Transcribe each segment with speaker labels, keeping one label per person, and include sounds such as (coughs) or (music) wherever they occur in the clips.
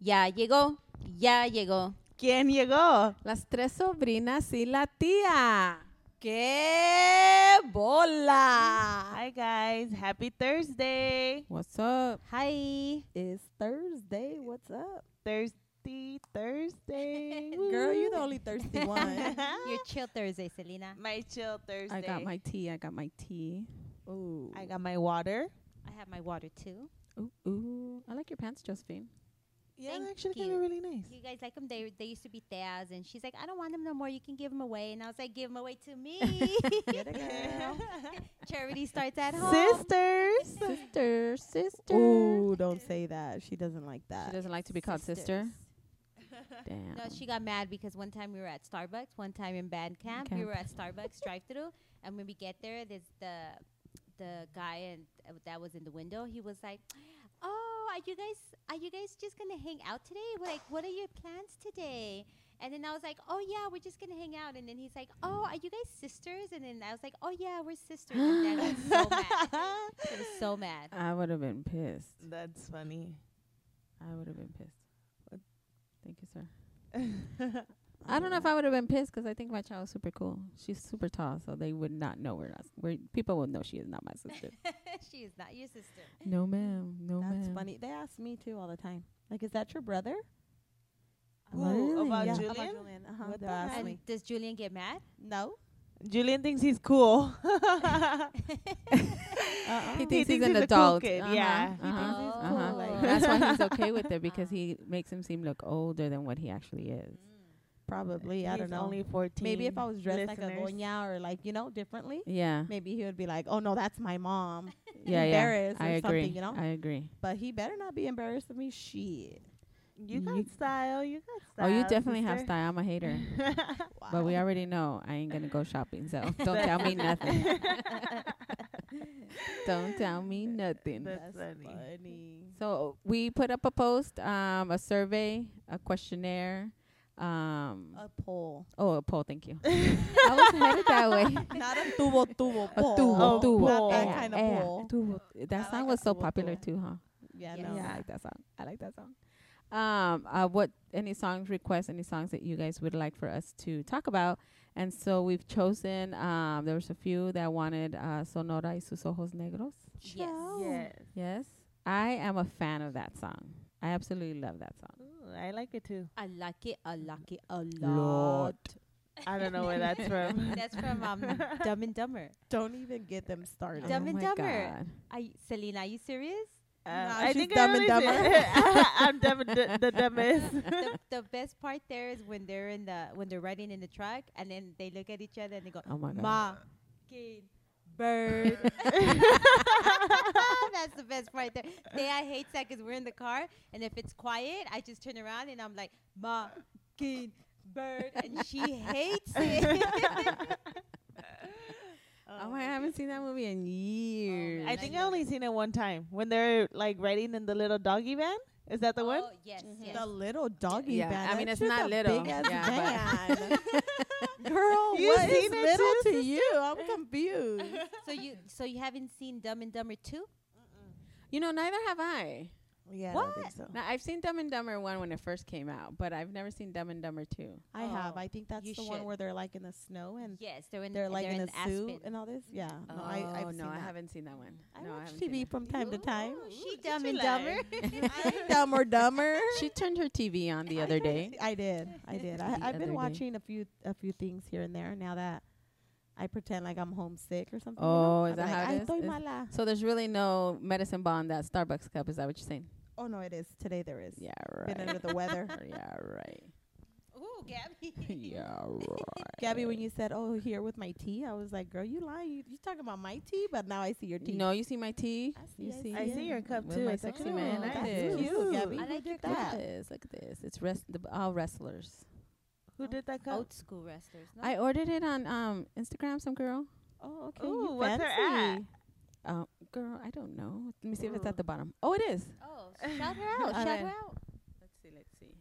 Speaker 1: Ya llegó, ya llegó.
Speaker 2: ¿Quién llegó?
Speaker 3: Las tres sobrinas y la tía.
Speaker 1: ¡Qué bola!
Speaker 2: Hi guys, happy Thursday.
Speaker 3: What's up?
Speaker 1: Hi.
Speaker 2: It's Thursday. What's up? Thirsty Thursday.
Speaker 3: Girl, you're the only
Speaker 2: (laughs)
Speaker 3: thirsty one.
Speaker 1: Your chill Thursday, Selena.
Speaker 2: my chill Thursday.
Speaker 3: I got my tea. I got my tea. Ooh.
Speaker 2: I got my water.
Speaker 1: I have my water too.
Speaker 3: ooh, ooh. I like your pants, Josephine.
Speaker 2: Yeah,
Speaker 1: Thank
Speaker 2: actually
Speaker 1: you.
Speaker 2: kind of really nice.
Speaker 1: You guys like them? They, they used to be Thea's, and she's like, I don't want them no more. You can give them away. And I was like, give them away to (laughs) me. Charity starts at home.
Speaker 2: (laughs) Sisters.
Speaker 3: Sister, sister.
Speaker 2: Ooh, don't say that. She doesn't like
Speaker 3: She
Speaker 2: that.
Speaker 3: doesn't like to be called sister. Damn.
Speaker 1: No, she got mad because one time we were at Starbucks, one time in band camp, we
Speaker 3: Camp.
Speaker 1: were
Speaker 3: (laughs)
Speaker 1: at Starbucks drive-through, and when we get there, there's the the guy and uh, that was in the window. He was like, "Oh, are you guys are you guys just gonna hang out today? We're Like, what are your plans today?" And then I was like, "Oh yeah, we're just gonna hang out." And then he's like, "Oh, are you guys sisters?" And then I was like, "Oh yeah, we're sisters." And then
Speaker 2: (laughs)
Speaker 1: I got so
Speaker 3: (laughs)
Speaker 1: mad. I was so mad.
Speaker 3: I would have been pissed.
Speaker 2: That's funny.
Speaker 3: I would have been pissed. Thank you, sir.
Speaker 2: That's
Speaker 3: I don't know if I would have been pissed 'cause I think my child is super cool. She's super tall, so they would not know we're not. We're, people would know she is not my
Speaker 2: (laughs)
Speaker 3: sister.
Speaker 1: (laughs) she is not your sister.
Speaker 3: no, ma'am. No, ma'am.
Speaker 2: funny. They ask me too all the time. Like, is that your brother?
Speaker 3: Who? Oh, Really? About
Speaker 2: About
Speaker 3: Julian?
Speaker 2: Julian?
Speaker 3: Uh-huh,
Speaker 2: What
Speaker 3: they'll
Speaker 2: the
Speaker 3: ask
Speaker 2: heck?
Speaker 1: And does Julian get mad?
Speaker 2: No. (laughs) Julian thinks he's cool.
Speaker 3: He
Speaker 2: He
Speaker 3: thinks he's
Speaker 2: thinks
Speaker 3: an
Speaker 2: he's a cool
Speaker 3: adult.
Speaker 2: kid,
Speaker 3: Uh-huh,
Speaker 2: yeah. He
Speaker 3: uh-huh,
Speaker 1: thinks he's
Speaker 3: uh-huh.
Speaker 1: cool, like-
Speaker 3: That's
Speaker 2: (laughs)
Speaker 3: why he's okay with it because
Speaker 1: Ah.
Speaker 3: he makes him seem look older than what he actually is.
Speaker 4: Probably. I
Speaker 2: He's
Speaker 4: don't know.
Speaker 2: Only fourteen.
Speaker 4: maybe if I was dressed like a
Speaker 2: listeners.
Speaker 4: doña or like you know differently,
Speaker 3: Yeah,
Speaker 4: maybe he would be like, "Oh no, that's
Speaker 3: (laughs)
Speaker 4: my mom."
Speaker 3: yeah, yeah.
Speaker 4: embarrassed
Speaker 3: I
Speaker 4: or something,
Speaker 3: agree.
Speaker 4: you know?
Speaker 3: I agree.
Speaker 4: But he better not be embarrassed of me. Shit.
Speaker 2: you got
Speaker 3: You-
Speaker 2: style, you got
Speaker 3: Oh,
Speaker 2: style.
Speaker 3: you definitely have
Speaker 2: sister.
Speaker 3: style. I'm a hater,
Speaker 2: (laughs)
Speaker 3: but we already know I ain't gonna go shopping.
Speaker 2: (laughs)
Speaker 3: So don't
Speaker 2: That's-
Speaker 3: tell me
Speaker 2: (laughs)
Speaker 3: nothing. don't tell me nothing.
Speaker 2: That's funny.
Speaker 3: So we put up a post, um, a survey, a questionnaire. Um,
Speaker 4: A pole,
Speaker 3: oh, a poll. Thank
Speaker 4: (laughs)
Speaker 3: you. I was headed that way.
Speaker 4: not
Speaker 3: (laughs)
Speaker 4: a tubo tubo
Speaker 3: A
Speaker 4: pole.
Speaker 3: tubo,
Speaker 2: Oh,
Speaker 3: tubo.
Speaker 2: not
Speaker 4: that
Speaker 3: Yeah,
Speaker 4: kind of
Speaker 3: yeah,
Speaker 4: pole.
Speaker 3: tubo. That
Speaker 4: I
Speaker 3: song
Speaker 4: like
Speaker 3: was
Speaker 4: a
Speaker 3: so
Speaker 4: tubo,
Speaker 3: popular
Speaker 4: tubo.
Speaker 3: too, huh?
Speaker 4: Yeah,
Speaker 1: Yes.
Speaker 4: no.
Speaker 3: Yeah, I like that song. I like that song. Um, uh, what any songs requests, any songs that you guys would like for us to talk about, and so we've chosen. Um, there was a few that wanted uh, Sonora y sus ojos negros.
Speaker 1: Yes.
Speaker 4: Oh.
Speaker 2: Yes.
Speaker 3: Yes, I am a fan of that song. I absolutely love that song.
Speaker 2: Ooh, I like it too.
Speaker 1: I like it. I like it a lot.
Speaker 3: Lot.
Speaker 2: I don't know where that's
Speaker 4: (laughs)
Speaker 2: from.
Speaker 1: (laughs) That's from um,
Speaker 2: (laughs)
Speaker 1: Dumb and Dumber.
Speaker 4: Don't even get them started.
Speaker 1: Dumb
Speaker 3: oh
Speaker 1: and
Speaker 3: my
Speaker 1: Dumber.
Speaker 3: God.
Speaker 1: Are you, Selena, are you serious?
Speaker 2: Uh,
Speaker 4: Nah,
Speaker 2: I
Speaker 4: she's
Speaker 2: think I
Speaker 4: dumb and
Speaker 2: already said- (laughs) I'm dumb and d-
Speaker 4: (laughs)
Speaker 2: the dumbest. (laughs)
Speaker 1: the, the best part there is when they're in the when they're riding in the truck and then they look at each other and they go,
Speaker 3: Oh my God.
Speaker 1: "Ma, kid,
Speaker 2: (laughs)
Speaker 1: bird." (laughs) That's the best part there. They I hate that 'cause we're in the car and if it's quiet, I just turn around and I'm like, "Ma, kid, bird," and she hates it.
Speaker 3: Oh, my, I haven't seen that movie in years.
Speaker 2: I think I only seen it one time when they're like riding in the little doggy van. Is that (laughs) the one?
Speaker 1: Oh, yes, yes.
Speaker 4: The little doggy
Speaker 3: Yeah,
Speaker 4: van.
Speaker 3: I mean,
Speaker 4: That
Speaker 3: it's
Speaker 4: shit's
Speaker 3: not
Speaker 4: a
Speaker 3: little.
Speaker 4: Big ass
Speaker 3: Yeah, (laughs)
Speaker 4: van. (laughs) Girl,
Speaker 2: You
Speaker 4: what is
Speaker 2: seen it
Speaker 4: little
Speaker 2: too,
Speaker 4: to you? I'm
Speaker 3: (laughs)
Speaker 4: confused.
Speaker 1: So you so you haven't seen Dumb and Dumber 2?
Speaker 3: you know, neither have I.
Speaker 4: yeah,
Speaker 1: What?
Speaker 4: I, don't think so.
Speaker 3: Now I've seen Dumb and Dumber one when it first came out, but I've never seen Dumb and Dumber two.
Speaker 4: I have.
Speaker 1: Oh,
Speaker 4: I think that's
Speaker 1: you
Speaker 4: the one
Speaker 1: should.
Speaker 4: where they're like in the snow and
Speaker 1: Yes, they're in
Speaker 4: they're like in,
Speaker 1: in
Speaker 4: a suit
Speaker 1: Aspen.
Speaker 4: and all this. Yeah.
Speaker 3: No,
Speaker 4: no, I,
Speaker 3: I,
Speaker 4: I've
Speaker 3: Oh, no,
Speaker 4: seen
Speaker 3: I
Speaker 4: that.
Speaker 3: haven't seen that one.
Speaker 4: I
Speaker 3: no, I
Speaker 4: watch
Speaker 3: haven't seen
Speaker 4: TV from time to time.
Speaker 1: Ooh, she
Speaker 2: did
Speaker 1: dumb
Speaker 2: you
Speaker 1: and dumber.
Speaker 2: like?
Speaker 4: (laughs) Dumb or (laughs) dumber.
Speaker 3: that. She turned her TV on the other day.
Speaker 4: (laughs) I did. I did. I,
Speaker 3: The
Speaker 4: I've
Speaker 3: other
Speaker 4: been
Speaker 3: day.
Speaker 4: watching a few a few things here and there. Now that I pretend like I'm homesick or something.
Speaker 3: Oh,
Speaker 4: you
Speaker 3: is
Speaker 4: know?
Speaker 3: that
Speaker 4: I'm
Speaker 3: how it
Speaker 4: like,
Speaker 3: is?
Speaker 4: "Ay,
Speaker 3: Is-
Speaker 4: estoy mala."
Speaker 3: So there's really no medicine ball in that Starbucks cup. Is that what you're saying?
Speaker 4: Oh no, it is today. There is.
Speaker 3: Yeah,
Speaker 4: Been
Speaker 3: right.
Speaker 4: under the (laughs) weather.
Speaker 3: (laughs) yeah, right.
Speaker 1: Ooh, Gabby.
Speaker 3: (laughs) Yeah, right.
Speaker 4: Gabby, when you said, "Oh, here with my tea," I was like, "Girl, you lying? You, you talking about my tea?" But now I see your tea.
Speaker 3: No, you see my tea.
Speaker 4: I see,
Speaker 3: you
Speaker 4: I
Speaker 3: see.
Speaker 4: see.
Speaker 2: I see your cup
Speaker 3: With
Speaker 2: too.
Speaker 3: my
Speaker 2: It's like,
Speaker 3: sexy man.
Speaker 2: oh,
Speaker 3: Look at
Speaker 2: that's
Speaker 3: this.
Speaker 2: cute.
Speaker 4: Oh, Cute, Gabby.
Speaker 1: I
Speaker 4: Who
Speaker 1: like
Speaker 4: did
Speaker 1: your
Speaker 3: Look
Speaker 4: that?
Speaker 3: at this. Look at this. It's rest the, all wrestlers.
Speaker 2: Who did that cup?
Speaker 1: Old school wrestlers. No?
Speaker 3: I ordered it on um Instagram. Some girl.
Speaker 4: Oh, okay.
Speaker 2: Ooh,
Speaker 4: you
Speaker 2: what's her
Speaker 4: fancy.
Speaker 2: at?
Speaker 3: Uh, girl, I don't know. Let me see if it's
Speaker 2: Ooh.
Speaker 3: at the bottom. Oh, it is.
Speaker 1: (laughs) oh, shout her out.
Speaker 3: All
Speaker 1: shout
Speaker 3: right.
Speaker 1: her out.
Speaker 3: Let's see. Let's see.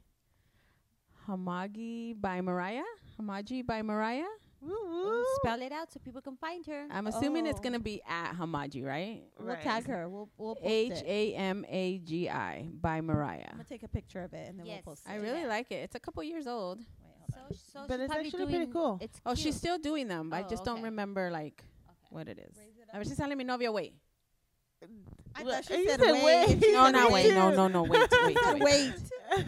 Speaker 3: Hamagi by Mariah. Hamaji by Mariah.
Speaker 2: Woo-woo.
Speaker 1: Spell it out so people can find her.
Speaker 3: I'm assuming it's
Speaker 4: Oh.
Speaker 3: gonna be at Hamaji, right?
Speaker 4: We'll
Speaker 2: Right.
Speaker 4: tag her. We'll we'll post
Speaker 3: H
Speaker 4: it.
Speaker 3: A M A G I by Mariah.
Speaker 4: I'm gonna take a picture of it and then
Speaker 1: Yes.
Speaker 4: we'll post it.
Speaker 3: I really
Speaker 1: Yeah.
Speaker 3: like it. It's a couple years old.
Speaker 4: Wait, hold
Speaker 1: So,
Speaker 4: on.
Speaker 1: sh- so
Speaker 2: But
Speaker 1: she's
Speaker 2: it's
Speaker 1: probably
Speaker 2: actually
Speaker 1: doing,
Speaker 2: pretty cool.
Speaker 1: It's
Speaker 3: Oh, she's
Speaker 1: cute.
Speaker 3: still doing them, but I
Speaker 1: Oh,
Speaker 3: just don't
Speaker 1: okay.
Speaker 3: remember like
Speaker 1: Okay.
Speaker 3: what it is.
Speaker 4: Raise it
Speaker 3: A ver si sale mi novio, wait.
Speaker 4: I
Speaker 2: Well,
Speaker 4: thought she
Speaker 2: you
Speaker 4: said
Speaker 2: said
Speaker 4: wait. (laughs)
Speaker 2: wait.
Speaker 3: No, no,
Speaker 2: Raise
Speaker 3: wait. No,
Speaker 2: it.
Speaker 3: no,
Speaker 2: (laughs)
Speaker 3: no, wait, wait, wait.
Speaker 4: Wait.
Speaker 1: Oh, is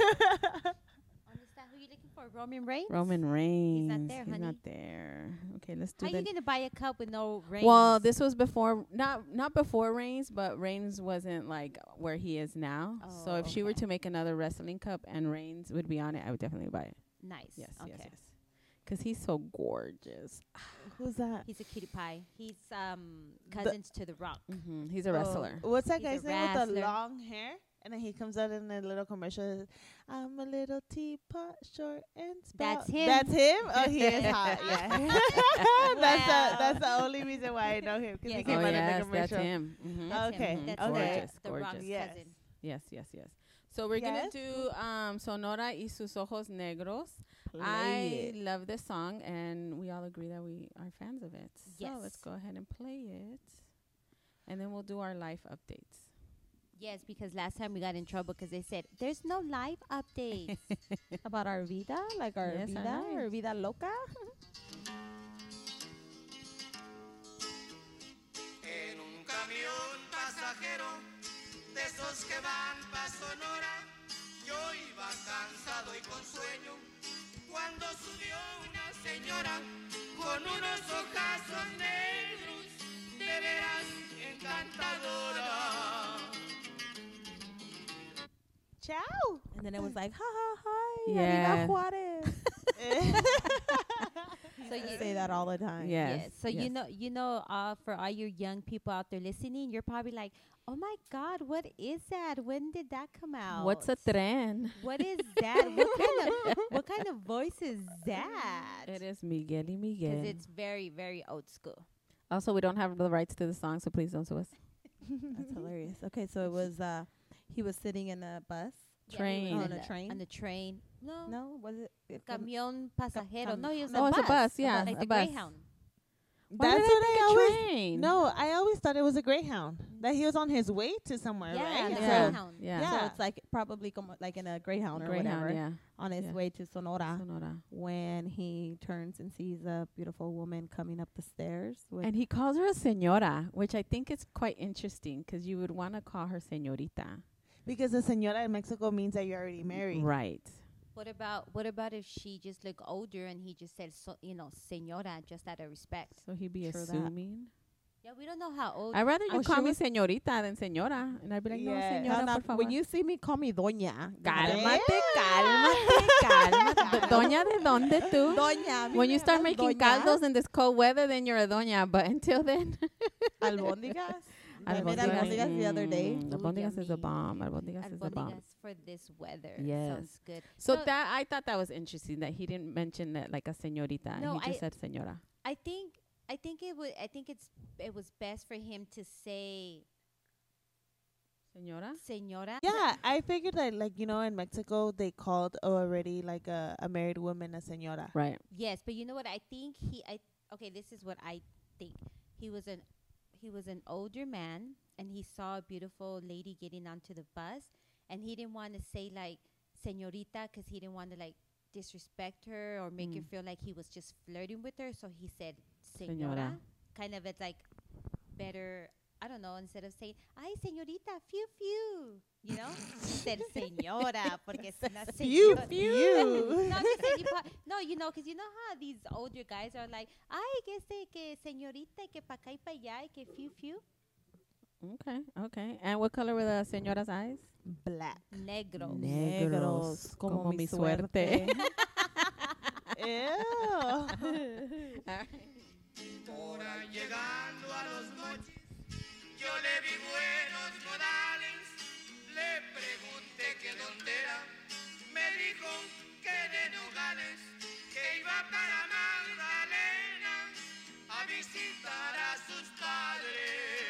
Speaker 1: that who you looking for? Roman Reigns?
Speaker 3: Roman Reigns.
Speaker 1: there,
Speaker 3: He's not
Speaker 1: honey.
Speaker 3: there. Okay, let's do
Speaker 1: How you
Speaker 3: that.
Speaker 1: going to buy a cup with no Reigns?
Speaker 3: Well, this was before not not before Reigns, but Reigns wasn't like where he is now. so
Speaker 1: Oh,
Speaker 3: if she were
Speaker 1: okay.
Speaker 3: to make another wrestling cup and Reigns would be on it, I would definitely buy it.
Speaker 1: Nice.
Speaker 3: Yes,
Speaker 1: okay.
Speaker 3: yes, yes. Because he's so gorgeous.
Speaker 2: Who's that?
Speaker 1: He's a cutie pie. He's um
Speaker 2: The-
Speaker 1: cousins to the Rock.
Speaker 4: Mm.
Speaker 3: hmm He's
Speaker 1: Oh.
Speaker 3: a wrestler.
Speaker 2: What's that
Speaker 1: He's a
Speaker 2: guy's name with the
Speaker 1: wrestler.
Speaker 2: long hair? And then he comes out in a little commercial. I'm a little teapot, short and stout.
Speaker 1: That's him.
Speaker 2: That's him. (laughs) Oh, he
Speaker 1: (laughs)
Speaker 2: is hot. Yeah. (laughs) that's
Speaker 1: Wow.
Speaker 2: the that's the only reason why I know him because
Speaker 1: Yes.
Speaker 2: he
Speaker 1: Oh,
Speaker 2: came out in the
Speaker 3: that's
Speaker 2: commercial.
Speaker 3: him. hmm
Speaker 1: That's
Speaker 2: Okay,
Speaker 1: Him. That's
Speaker 2: okay.
Speaker 1: The, the
Speaker 3: Gorgeous,
Speaker 1: Rock's
Speaker 3: gorgeous.
Speaker 2: Yes.
Speaker 1: cousin.
Speaker 3: Yes, yes, yes. So we're
Speaker 2: Yes.
Speaker 3: gonna do um, Sonora y sus ojos negros.
Speaker 2: Play
Speaker 3: I
Speaker 2: it.
Speaker 3: love this song, and we all agree that we are fans of it. So let's
Speaker 1: Yes.
Speaker 3: go ahead and play it, and then we'll do our life updates.
Speaker 1: Yes, because last time we got in trouble because they said there's no live updates.
Speaker 4: (laughs) About our vida, like our
Speaker 3: Yes, I
Speaker 4: vida,
Speaker 3: know.
Speaker 4: our vida loca. (laughs)
Speaker 5: en un camión pasajero de esos que van pa Sonora. Yo iba cansado y con sueño cuando subió una señora con unos ojazos negros de veras encantadora.
Speaker 2: Ciao.
Speaker 4: And then it was like, ha ha hi,
Speaker 3: Yeah.
Speaker 4: Arriba Juarez.
Speaker 1: so you
Speaker 4: I say that all the time.
Speaker 3: Yes.
Speaker 1: Yes. So you know, you know, uh, for all you young people out there listening, you're probably like, "Oh my God, what is that? When did that come out?
Speaker 3: what's a tren?
Speaker 1: What
Speaker 4: (laughs)
Speaker 1: is that? what kind of what kind of voice is that?
Speaker 3: It is Miguel y
Speaker 1: because
Speaker 3: Miguel.
Speaker 1: it's very very old school.
Speaker 3: also, we don't have the rights to the song, so please don't sue us.
Speaker 4: That's hilarious. Okay, so it was uh he was sitting in a bus.
Speaker 3: Train.
Speaker 1: Yeah,
Speaker 4: On
Speaker 1: he was
Speaker 4: a
Speaker 1: in
Speaker 4: train?
Speaker 1: On the train. No.
Speaker 4: No, was it? it was-
Speaker 1: Camión pasajero.
Speaker 4: cam-
Speaker 1: no, he was
Speaker 3: Oh,
Speaker 1: a
Speaker 3: it's
Speaker 1: bus.
Speaker 3: a bus, yeah,
Speaker 1: Like
Speaker 3: a
Speaker 1: the
Speaker 3: bus.
Speaker 1: Greyhound.
Speaker 3: Why
Speaker 2: That's
Speaker 3: did
Speaker 2: what I
Speaker 3: think a
Speaker 2: always.
Speaker 3: train?
Speaker 2: (laughs) No, I always thought it was a greyhound. That he was on his way to somewhere,
Speaker 1: Yeah,
Speaker 2: right?
Speaker 1: the
Speaker 3: Yeah.
Speaker 1: Greyhound.
Speaker 3: Yeah.
Speaker 4: So
Speaker 2: Yeah.
Speaker 4: it's like probably como, like in a greyhound or
Speaker 3: Greyhound,
Speaker 4: whatever
Speaker 3: yeah.
Speaker 4: on his
Speaker 3: Yeah.
Speaker 4: way to Sonora
Speaker 3: Sonora.
Speaker 4: when he turns and sees a beautiful woman coming up the stairs. With
Speaker 3: And he calls her a señora, which I think is quite interesting 'cause you would want to call her señorita.
Speaker 2: Because the señora in Mexico means that you're already married.
Speaker 3: Right.
Speaker 1: What about what about if she just looked older and he just said, so, you know, señora, just out of respect?
Speaker 3: So he'd be
Speaker 4: True that.
Speaker 3: assuming.
Speaker 1: Yeah, we don't know how old.
Speaker 3: I'd rather you
Speaker 4: Oh,
Speaker 3: call
Speaker 4: she
Speaker 3: me
Speaker 4: was-
Speaker 3: señorita than señora. And I'd be like,
Speaker 2: Yeah.
Speaker 3: no, señora,
Speaker 4: No, no,
Speaker 3: por favor.
Speaker 4: when you see me, call me Doña.
Speaker 3: Cálmate, cálmate, cálmate. Do- doña de dónde tú?
Speaker 4: Doña.
Speaker 3: When you start making
Speaker 4: (laughs)
Speaker 3: caldos in this cold weather, then you're a doña. But until then, (laughs)
Speaker 4: albóndigas. I made
Speaker 3: albóndigas.
Speaker 4: albóndigas the other day.
Speaker 3: Mm,
Speaker 1: Ooh,
Speaker 3: albóndigas is a
Speaker 1: yummy.
Speaker 3: bomb. Albóndigas is a bomb.
Speaker 1: Albóndigas for this weather.
Speaker 3: Yes.
Speaker 1: Sounds good.
Speaker 3: So
Speaker 1: No,
Speaker 3: that I thought that was interesting that he didn't mention that like a señorita.
Speaker 1: No,
Speaker 3: he just
Speaker 1: I-
Speaker 3: said señora.
Speaker 1: I think I think it would I think it's it was best for him to say
Speaker 3: Señora?
Speaker 1: señora.
Speaker 2: Yeah, I figured that, like you know, in Mexico they called already like a, a married woman a señora.
Speaker 3: Right.
Speaker 1: Yes, but you know what I think he I okay, this is what I think. He was an he was an older man and he saw a beautiful lady getting onto the bus and he didn't want to say like señorita cuz he didn't want to like disrespect her or make her feel like he was just flirting with her, so he said señora.
Speaker 3: Señora.
Speaker 1: Kind of it's like better I don't know, instead of saying, ay, señorita, few, few, you know? (laughs) he said, señora, porque es una
Speaker 2: Few,
Speaker 1: señora.
Speaker 2: few.
Speaker 1: no, I'm just saying you prob- no, you know, 'cause you know how these older guys are like, ay, que este, que señorita, y que pa' acá y pa' allá, y que few, few.
Speaker 3: Okay, okay. And what color were the señora's eyes?
Speaker 2: Black.
Speaker 1: Negro.
Speaker 4: Negros, como mi suerte. (laughs)
Speaker 2: (laughs) Ew.
Speaker 5: Ahora llegando a los noches, yo le vi buenos modales. Le pregunté que dónde era, me dijo que de Nogales, que iba para Magdalena a visitar a sus padres.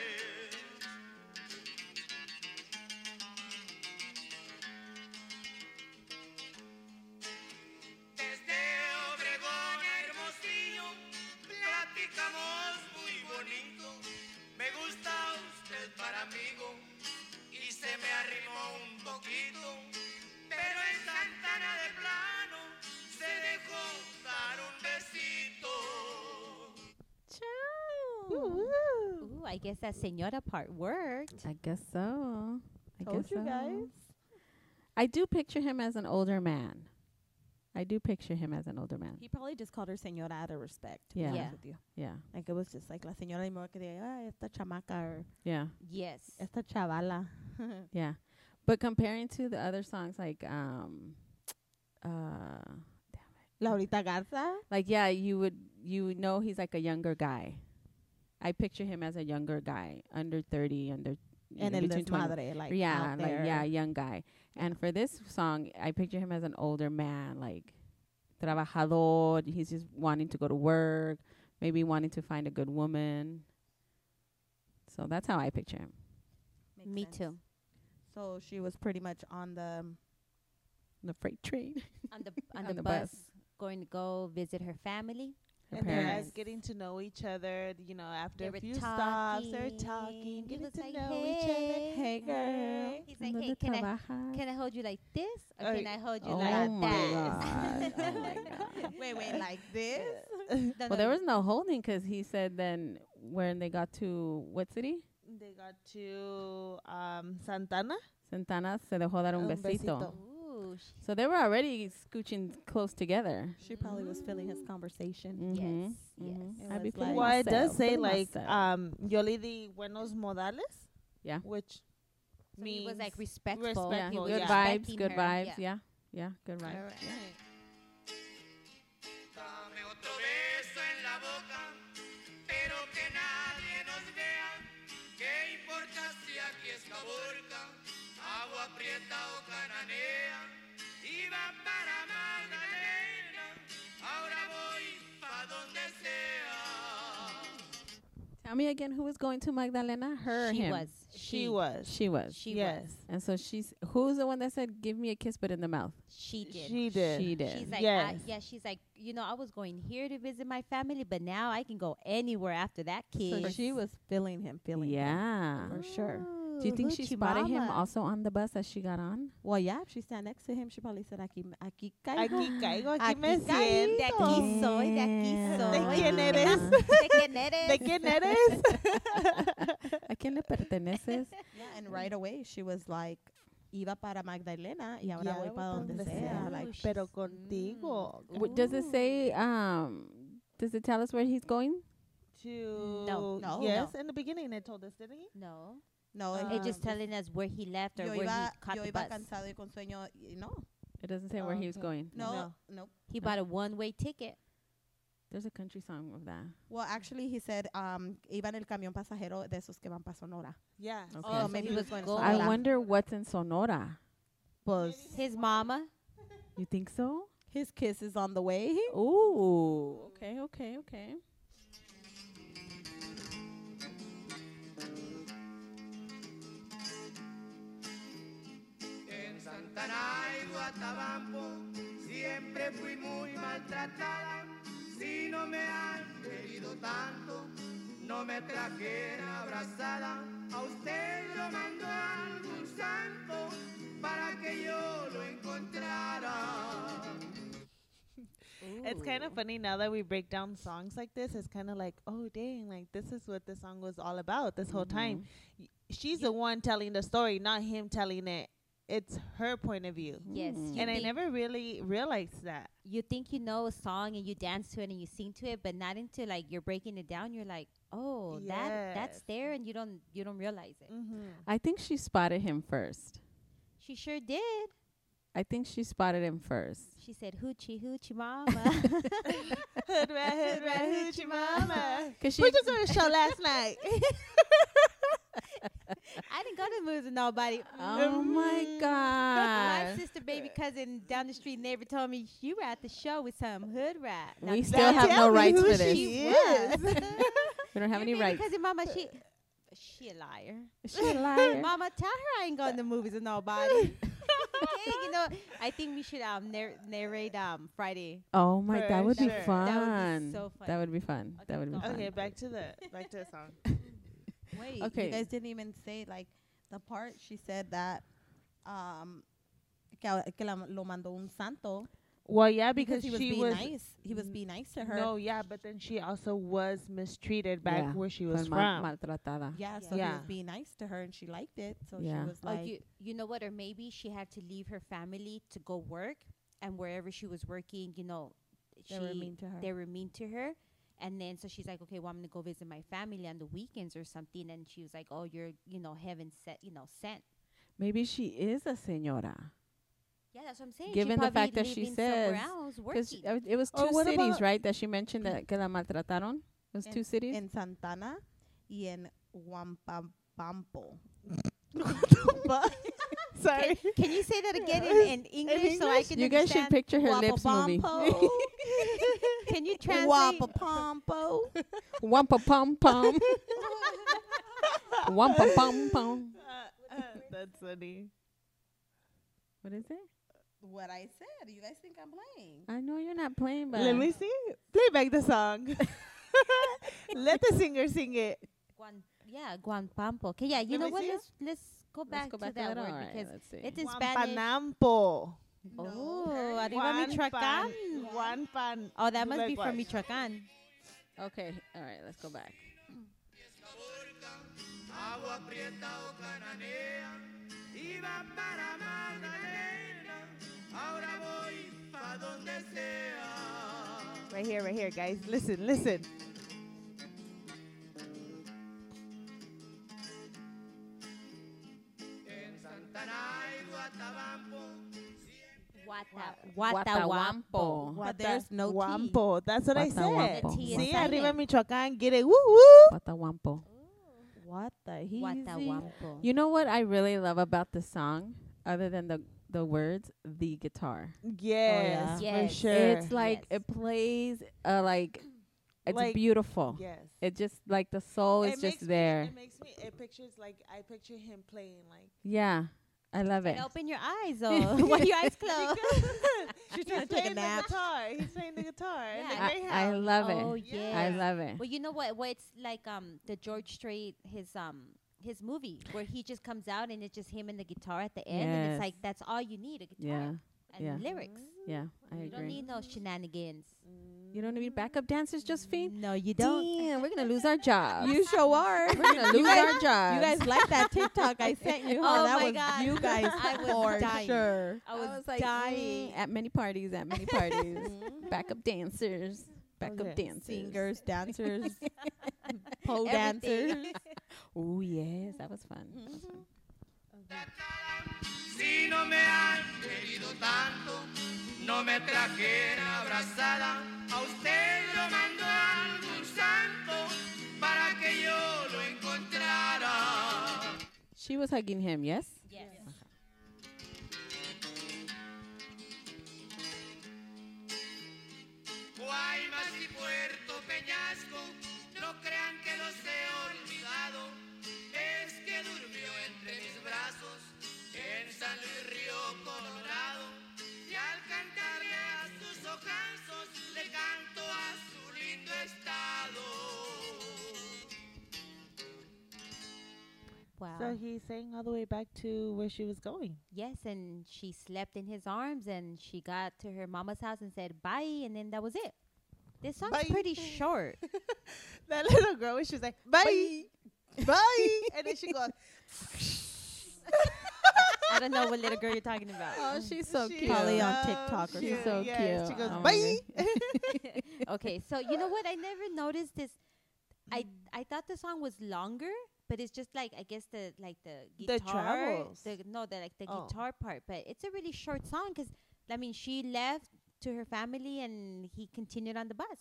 Speaker 5: Desde Obregón a Hermosillo Me gusta usted para amigo y se me arrimó un poquito, pero en Santana de plano se dejó dar un besito.
Speaker 1: Ooh, I guess that senora part worked.
Speaker 3: I guess so. I
Speaker 4: Told
Speaker 3: guess
Speaker 4: you
Speaker 3: so.
Speaker 4: guys.
Speaker 3: I do picture him as an older man. I do picture him as an older man.
Speaker 4: He probably just called her señora out of respect. to be
Speaker 3: Yeah.
Speaker 4: honest
Speaker 1: Yeah.
Speaker 4: With you.
Speaker 3: Yeah.
Speaker 4: Like it was just like la señora y more que diga, ah, esta chamaca or
Speaker 3: Yeah.
Speaker 1: Yes.
Speaker 4: esta chavala.
Speaker 3: Yeah. But comparing to the other songs like um uh
Speaker 4: (laughs) Laurita Garza.
Speaker 3: like yeah, you would you would know he's like a younger guy. I picture him as a younger guy, under 30, under you
Speaker 4: And
Speaker 3: know,
Speaker 4: el
Speaker 3: between 20
Speaker 4: desmadre, like
Speaker 3: yeah,
Speaker 4: out
Speaker 3: like
Speaker 4: there.
Speaker 3: yeah, young guy. And for this song, I picture him as an older man, like trabajador. He's just wanting to go to work, maybe wanting to find a good woman. So that's how I picture him.
Speaker 4: Makes
Speaker 1: Me
Speaker 4: sense.
Speaker 1: too.
Speaker 4: So she was pretty much on the
Speaker 3: The freight (laughs) train.
Speaker 1: On the (laughs) on,
Speaker 3: On
Speaker 1: the,
Speaker 3: the
Speaker 1: bus,
Speaker 3: bus.
Speaker 1: going to go visit her family.
Speaker 3: Her
Speaker 2: and they're
Speaker 3: parents.
Speaker 2: like getting to know each other. You know, after
Speaker 1: They
Speaker 2: a
Speaker 1: were
Speaker 2: few stops, they're
Speaker 1: talking.
Speaker 2: talking,
Speaker 1: He
Speaker 2: getting
Speaker 1: was
Speaker 2: to
Speaker 1: like,
Speaker 2: know each
Speaker 1: "Hey,
Speaker 2: other. Hey, girl.
Speaker 1: He's like, hey, can I can I hold you like this or
Speaker 2: Oh,
Speaker 1: can I hold you
Speaker 3: oh
Speaker 1: like
Speaker 3: my
Speaker 1: that?
Speaker 3: God. Oh
Speaker 1: (laughs)
Speaker 3: my God.
Speaker 4: wait, wait, like this?
Speaker 1: No,
Speaker 3: well,
Speaker 1: no,
Speaker 3: there was no holding 'cause he said then when they got to what city?
Speaker 2: They got to um, Santana.
Speaker 3: Santana se dejó dar un,
Speaker 2: Un
Speaker 3: besito.
Speaker 2: besito.
Speaker 1: Ooh, sh-
Speaker 3: So they were already scooching close together.
Speaker 4: She probably was feeling
Speaker 3: Mm.
Speaker 4: his conversation.
Speaker 1: yes,
Speaker 3: Mhm.
Speaker 1: yes.
Speaker 3: Mhm.
Speaker 4: It
Speaker 3: I'd be
Speaker 4: was like-
Speaker 3: feeling
Speaker 2: Well, it does
Speaker 3: myself,
Speaker 2: say
Speaker 3: feeling
Speaker 2: like
Speaker 3: myself.
Speaker 2: um, yo le di buenos modales.
Speaker 3: Yeah.
Speaker 2: Which
Speaker 1: So he was like
Speaker 2: means
Speaker 1: respectful.
Speaker 3: yeah,
Speaker 1: He
Speaker 2: respectful,
Speaker 1: was
Speaker 3: good
Speaker 2: yeah.
Speaker 3: vibes,
Speaker 1: respecting
Speaker 3: good
Speaker 1: her,
Speaker 3: vibes.
Speaker 1: yeah.
Speaker 3: Yeah. yeah, good vibes.
Speaker 5: Dame otro beso en la boca, pero que nadie nos vea. ¿Qué importa si aquí es caborca, agua prieta o cananea? Iba para Magdalena, ahora voy pa' donde sea.
Speaker 3: Tell me again, who was going to Magdalena? Her, or
Speaker 1: she
Speaker 3: him?
Speaker 1: was.
Speaker 2: she was.
Speaker 3: She was.
Speaker 1: She
Speaker 2: yes.
Speaker 1: was.
Speaker 3: and so she's. Who's the one that said, "Give me a kiss, but in the mouth"?
Speaker 1: She did.
Speaker 2: She did.
Speaker 3: She did.
Speaker 1: She's like, I,
Speaker 2: Yes.
Speaker 1: yeah, she's like, you know, I was going here to visit my family, but now I can go anywhere after that kid.
Speaker 4: So she was feeling him, feeling him.
Speaker 3: yeah.
Speaker 4: for sure.
Speaker 3: Do you think she spotted
Speaker 1: (laughs)
Speaker 3: him
Speaker 1: Also?
Speaker 3: also on the bus as she got on?
Speaker 4: Well, yeah, if she stand next to him, she probably said, aquí, aquí caigo.
Speaker 2: Aquí caigo, aquí,
Speaker 4: Aquí
Speaker 2: me
Speaker 4: caí.
Speaker 1: De
Speaker 2: siento.
Speaker 1: aquí soy, de
Speaker 3: Yeah.
Speaker 1: aquí soy.
Speaker 2: ¿De quién eres?
Speaker 1: ¿De quién eres?
Speaker 2: ¿De quién eres?
Speaker 3: Ah. ¿A quién le perteneces?
Speaker 4: (laughs) Yeah, and right away she was like, iba para Magdalena y ahora
Speaker 2: Ya
Speaker 4: voy
Speaker 2: voy
Speaker 4: para
Speaker 2: pa'
Speaker 4: donde
Speaker 2: donde
Speaker 4: sea.
Speaker 2: sea.
Speaker 4: Like,
Speaker 2: Pero contigo.
Speaker 1: Mm.
Speaker 3: W- Does it
Speaker 1: Ooh.
Speaker 3: say? Um, does it tell us where he's going?
Speaker 2: To
Speaker 1: No,
Speaker 4: no,
Speaker 2: yes, in the beginning it told us, didn't he?
Speaker 1: No.
Speaker 4: no,
Speaker 2: Uh,
Speaker 1: It's
Speaker 2: Um,
Speaker 1: just telling us where he left or
Speaker 4: yo
Speaker 1: where
Speaker 4: iba,
Speaker 1: he caught
Speaker 4: yo
Speaker 1: the
Speaker 4: iba
Speaker 1: bus.
Speaker 4: cansado y con sueño. y- No,
Speaker 3: It doesn't say where he was
Speaker 2: Okay.
Speaker 3: going.
Speaker 4: no, no.
Speaker 2: No.
Speaker 1: He bought a one-way ticket.
Speaker 3: There's a country song of that.
Speaker 4: Well, actually, he said, um, iba en el camión pasajero de esos que van para Sonora.
Speaker 2: Yeah.
Speaker 3: Okay.
Speaker 4: Oh,
Speaker 3: So
Speaker 4: maybe
Speaker 1: he
Speaker 4: he was
Speaker 1: was
Speaker 4: going to
Speaker 1: going-
Speaker 3: I
Speaker 1: Hola.
Speaker 4: Sonora.
Speaker 3: wonder what's in Sonora.
Speaker 4: Pues,
Speaker 1: His mama.
Speaker 3: You think so?
Speaker 4: his kiss is on the way.
Speaker 3: Ooh. Okay, okay, okay.
Speaker 5: En Santana y Guatabampo siempre fui muy maltratada. Si no me han querido tanto, no me trajera abrazada. A usted lo mandó algún santo para que yo lo encontrara.
Speaker 2: It's kind of funny now that we break down songs like this. It's kind of like, oh, dang, like this is what the song was all about this whole time. Y- She's the one telling the story, not him telling it. It's her point of view.
Speaker 1: Yes.
Speaker 3: Mm.
Speaker 1: you
Speaker 2: And I
Speaker 1: think-
Speaker 2: never really realized that.
Speaker 1: You think you know a song and you dance to it and you sing to it, but not until like you're breaking it down. You're like, oh, that that's
Speaker 2: Yes.
Speaker 1: there, and you don't you don't realize it.
Speaker 4: Mm.
Speaker 2: Mm-hmm.
Speaker 3: I think she spotted him first.
Speaker 1: She sure did.
Speaker 3: I think she spotted him first.
Speaker 1: (laughs)
Speaker 3: (laughs)
Speaker 1: She said, hoochie hoochie mama.
Speaker 2: (laughs)
Speaker 4: (laughs)
Speaker 2: Hood rat, hood rat, hoochie (laughs) mama.
Speaker 3: 'Cause she
Speaker 2: We just did a show last (laughs) night.
Speaker 1: (laughs) I didn't go to the movies with nobody.
Speaker 3: oh my
Speaker 1: My
Speaker 3: god.
Speaker 1: sister, baby cousin down the street neighbor told me you were at the show with some hood rat. Now
Speaker 3: We
Speaker 1: that-
Speaker 3: still have
Speaker 2: tell
Speaker 3: no
Speaker 2: me
Speaker 3: rights
Speaker 2: who
Speaker 3: for
Speaker 2: she (laughs)
Speaker 3: this.
Speaker 2: is.
Speaker 3: We don't have
Speaker 1: Your
Speaker 3: any
Speaker 1: baby
Speaker 3: rights.
Speaker 1: Cousin mama, she she a liar.
Speaker 3: Is she a liar?
Speaker 1: Mama, tell her I ain't going to the movies with (laughs) nobody. Dang, you know, I think we should um narr- narrate um Friday.
Speaker 3: Oh my, that
Speaker 2: For
Speaker 3: would be
Speaker 2: sure.
Speaker 3: fun.
Speaker 1: That would be so
Speaker 3: That would be fun.
Speaker 1: Okay,
Speaker 3: That would be
Speaker 1: go
Speaker 3: fun.
Speaker 1: on.
Speaker 2: okay, back to the back to the song.
Speaker 4: Wait,
Speaker 3: Okay.
Speaker 4: you guys didn't even say like the part she said that um que, a- que la, lo mandó un santo
Speaker 2: Well, yeah, because,
Speaker 4: he was
Speaker 2: she
Speaker 4: being
Speaker 2: was.
Speaker 4: nice. He was being nice to her.
Speaker 2: No, yeah, but then she also was mistreated back
Speaker 3: Yeah,
Speaker 2: where she
Speaker 3: Fue
Speaker 2: was
Speaker 3: mal-
Speaker 2: from.
Speaker 3: maltratada.
Speaker 4: Yeah, so he
Speaker 2: Yeah.
Speaker 4: was being nice to her and she liked it. So
Speaker 3: Yeah.
Speaker 4: she was
Speaker 1: Oh,
Speaker 4: like,
Speaker 1: you, you know what? Or maybe she had to leave her family to go work, and wherever she was working, you know,
Speaker 4: They
Speaker 1: she,
Speaker 4: were mean to her.
Speaker 1: They were mean to her. And then so she's like, okay, well, I'm gonna go visit my family on the weekends or something. And she was like, oh, you're, you know, heaven set, you know, sent.
Speaker 3: Maybe she is a señora.
Speaker 1: Yeah, that's what I'm saying.
Speaker 3: Given the
Speaker 1: probably
Speaker 3: fact that she
Speaker 1: living somewhere
Speaker 3: says-
Speaker 1: else,
Speaker 3: Because
Speaker 1: working.
Speaker 3: it was
Speaker 2: Or
Speaker 3: two
Speaker 2: what
Speaker 3: cities,
Speaker 2: about-
Speaker 3: right, that she mentioned that que la maltrataron. It was
Speaker 4: And-
Speaker 3: two cities.
Speaker 4: in Santana y en Guampampo.
Speaker 1: Can,
Speaker 2: Sorry.
Speaker 1: can you say that again
Speaker 3: (laughs)
Speaker 1: in, in, English so I can
Speaker 3: you guys should
Speaker 1: understand?
Speaker 3: picture her lips moving. (laughs)
Speaker 4: Guapapampo.
Speaker 1: Can you translate?
Speaker 4: Guapapampo.
Speaker 3: Wampa pum pum. Wampa pum
Speaker 2: (laughs)
Speaker 3: pum.
Speaker 2: Uh, That's funny.
Speaker 3: What is it?
Speaker 4: What I said. You guys think I'm playing.
Speaker 3: I know you're not playing, but
Speaker 2: Let me see. Play back the song. Let the singer sing it.
Speaker 1: Guan, yeah, Guanpampo. Okay, yeah, you
Speaker 2: Let
Speaker 1: know
Speaker 2: me
Speaker 1: what?
Speaker 2: see.
Speaker 1: Let's let's go
Speaker 3: let's
Speaker 1: back,
Speaker 3: go back
Speaker 1: to that
Speaker 3: a
Speaker 1: word
Speaker 3: little. All right,
Speaker 1: because
Speaker 3: let's see.
Speaker 1: it's in Spanish.
Speaker 2: Guampanampo.
Speaker 1: Oh, arriba
Speaker 2: Guampan-
Speaker 1: Michoacán.
Speaker 2: Guampan.
Speaker 1: Oh, that
Speaker 2: Do
Speaker 1: must be from
Speaker 2: likewise.
Speaker 1: Michoacán.
Speaker 3: okay, all right, let's go back.
Speaker 5: agua prieta o cananea, iba para Magdalena, ahora voy pa donde sea.
Speaker 2: Right here, right here, guys. Listen, listen.
Speaker 5: En Santana y Guatabampo,
Speaker 1: Guata,
Speaker 3: Guatahuampo.
Speaker 1: Guatahuampo.
Speaker 4: But there's no T.
Speaker 2: Guampo. That's what I said.
Speaker 3: Guatahuampo.
Speaker 1: The T is
Speaker 2: See,
Speaker 1: silent.
Speaker 2: arriba Michoacán. Get it. Woo woo.
Speaker 3: Guatahuampo.
Speaker 4: What the heezy?
Speaker 1: Guatahuampo.
Speaker 3: You know what I really love about the song, other than the the words, the guitar.
Speaker 2: Yes,
Speaker 1: Yes.
Speaker 2: for sure.
Speaker 3: It's like
Speaker 1: Yes.
Speaker 3: it plays uh, like it's
Speaker 2: Like-
Speaker 3: beautiful.
Speaker 2: yes.
Speaker 3: It just like the soul
Speaker 2: It
Speaker 3: is
Speaker 2: makes
Speaker 3: Oh, just
Speaker 2: me-
Speaker 3: there.
Speaker 2: It makes me. It pictures like I picture him playing like.
Speaker 3: yeah, I love it.
Speaker 1: And open your eyes,
Speaker 3: (laughs)
Speaker 1: oh. Why (laughs) your eyes
Speaker 4: (laughs)
Speaker 1: closed?
Speaker 2: She's
Speaker 4: trying to take a
Speaker 2: playing the
Speaker 4: nap.
Speaker 2: guitar. He's playing the guitar. in the
Speaker 1: Yeah.
Speaker 3: I,
Speaker 2: Greyhound.
Speaker 3: I love it.
Speaker 1: Oh,
Speaker 3: I
Speaker 1: yes.
Speaker 3: love it.
Speaker 1: well, you know what? What's like um the George Strait his um his movie where he just comes out and it's just him and the guitar at the end, and
Speaker 3: Yes.
Speaker 1: it's like that's all you need a
Speaker 3: Yeah,
Speaker 1: guitar and
Speaker 3: yeah.
Speaker 1: lyrics.
Speaker 3: yeah, I
Speaker 1: you don't
Speaker 3: agree.
Speaker 1: need no shenanigans.
Speaker 3: you don't need backup dancers, Josephine.
Speaker 1: No, you
Speaker 3: Damn, we're gonna lose our jobs.
Speaker 4: You (laughs) sure are.
Speaker 3: we're gonna lose
Speaker 4: guys-
Speaker 3: our jobs.
Speaker 4: You guys like that TikTok I sent you?
Speaker 1: Oh
Speaker 4: that
Speaker 1: my
Speaker 4: was
Speaker 1: God.
Speaker 4: You guys
Speaker 1: I was
Speaker 4: for
Speaker 1: dying.
Speaker 4: sure.
Speaker 1: I was,
Speaker 3: like
Speaker 1: dying.
Speaker 3: mm, at many parties, at many parties, backup dancers, backup
Speaker 2: yeah.
Speaker 3: dancers,
Speaker 4: (laughs) Singers, dancers, pole dancers.
Speaker 1: Everything.
Speaker 3: Oh yes, that was fun. That was fun.
Speaker 5: Si no me han querido tanto, no me trajera abrazada. A usted lo mandó algún santo para que yo lo encontrara.
Speaker 3: She was hugging him. Yes.
Speaker 1: Yes.
Speaker 5: Guaymas y Puerto Peñasco, no crean que los he olvidado, es que durmió entre mis brazos en San Luis Río Colorado. Y al cantarle a sus ojanzos, le canto a su lindo estado.
Speaker 1: Wow.
Speaker 2: So he sang all the way back to where she was going.
Speaker 1: yes, and she slept in his arms, and she got to her mama's house and said bye, and then that was it. This song's
Speaker 2: Bye.
Speaker 1: pretty short.
Speaker 2: That little girl, when she was like, bye, (laughs) bye. and then
Speaker 1: (laughs)
Speaker 2: she goes,
Speaker 1: (laughs) I don't know what little girl you're talking about.
Speaker 3: Oh, she's so
Speaker 2: She's
Speaker 3: cute.
Speaker 4: Probably on
Speaker 2: so
Speaker 4: TikTok or
Speaker 2: cute.
Speaker 3: She's so
Speaker 2: Yes, She
Speaker 3: cute.
Speaker 2: goes,
Speaker 3: Oh my
Speaker 2: bye.
Speaker 1: okay, so you know what? I never noticed this. I
Speaker 3: Mm.
Speaker 1: I thought the song was longer, but it's just like I guess the like the
Speaker 2: The
Speaker 1: guitar,
Speaker 2: travels.
Speaker 1: no, the like the
Speaker 2: Oh.
Speaker 1: guitar part. But it's a really short song 'cause I mean she left to her family and he continued on the bus.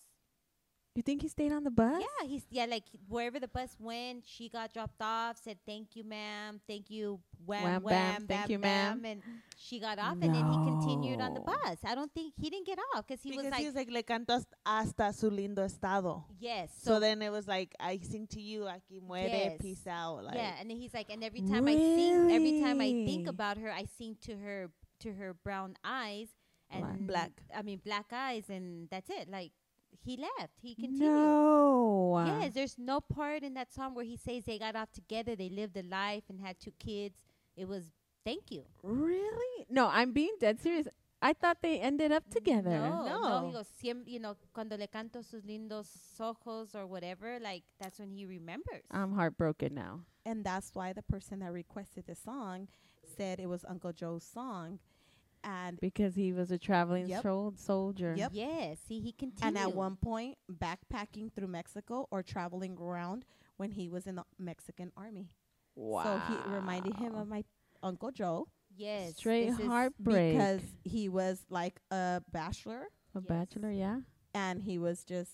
Speaker 3: You think he stayed on the bus?
Speaker 1: Yeah, he's yeah, like wherever the bus went, she got dropped off, said thank you, ma'am, thank you, wham,
Speaker 3: Wham,
Speaker 1: wham,
Speaker 3: bam,
Speaker 1: bam,
Speaker 3: thank you, ma'am."
Speaker 1: and she got off, and then he continued on the
Speaker 3: No.
Speaker 1: bus. I don't think he didn't get off because he
Speaker 2: because
Speaker 1: was like,
Speaker 2: he was like, le canto hast- hasta su lindo estado.
Speaker 1: yes,
Speaker 2: So,
Speaker 1: so,
Speaker 2: then it was like, I sing to you, aquí muere,
Speaker 1: Yes.
Speaker 2: peace out. Like,
Speaker 1: yeah, and then he's like, and every time I sing, every time I think
Speaker 3: Really?
Speaker 1: about her, I sing to her to her brown eyes and
Speaker 4: Black.
Speaker 1: I mean black eyes, and that's it. Like He left. He continued.
Speaker 3: No.
Speaker 1: Yes, there's no part in that song where he says they got off together, they lived a life and had two kids. It was thank you.
Speaker 3: Really? No, I'm being dead serious. I thought they ended up together.
Speaker 1: No, no. He
Speaker 2: No.
Speaker 1: goes, "Siem- you know, cuando le canto sus lindos ojos or whatever, like that's when he remembers.
Speaker 4: Um,
Speaker 3: I'm heartbroken now.
Speaker 4: (laughs) and that's why the person that requested the song said it was Uncle Joe's song, and
Speaker 3: Because he was a traveling
Speaker 4: Yep.
Speaker 3: sol- soldier.
Speaker 4: Yep.
Speaker 1: Yes, see, he continued.
Speaker 4: and at one point backpacking through Mexico or traveling around when he was in the Mexican army.
Speaker 3: Wow.
Speaker 4: So he reminded him of my Uncle Joe
Speaker 1: yes,
Speaker 3: Straight
Speaker 1: this is-
Speaker 3: heartbreak.
Speaker 4: because he was like a bachelor
Speaker 3: a
Speaker 1: Yes.
Speaker 3: bachelor, yeah.
Speaker 4: and he was just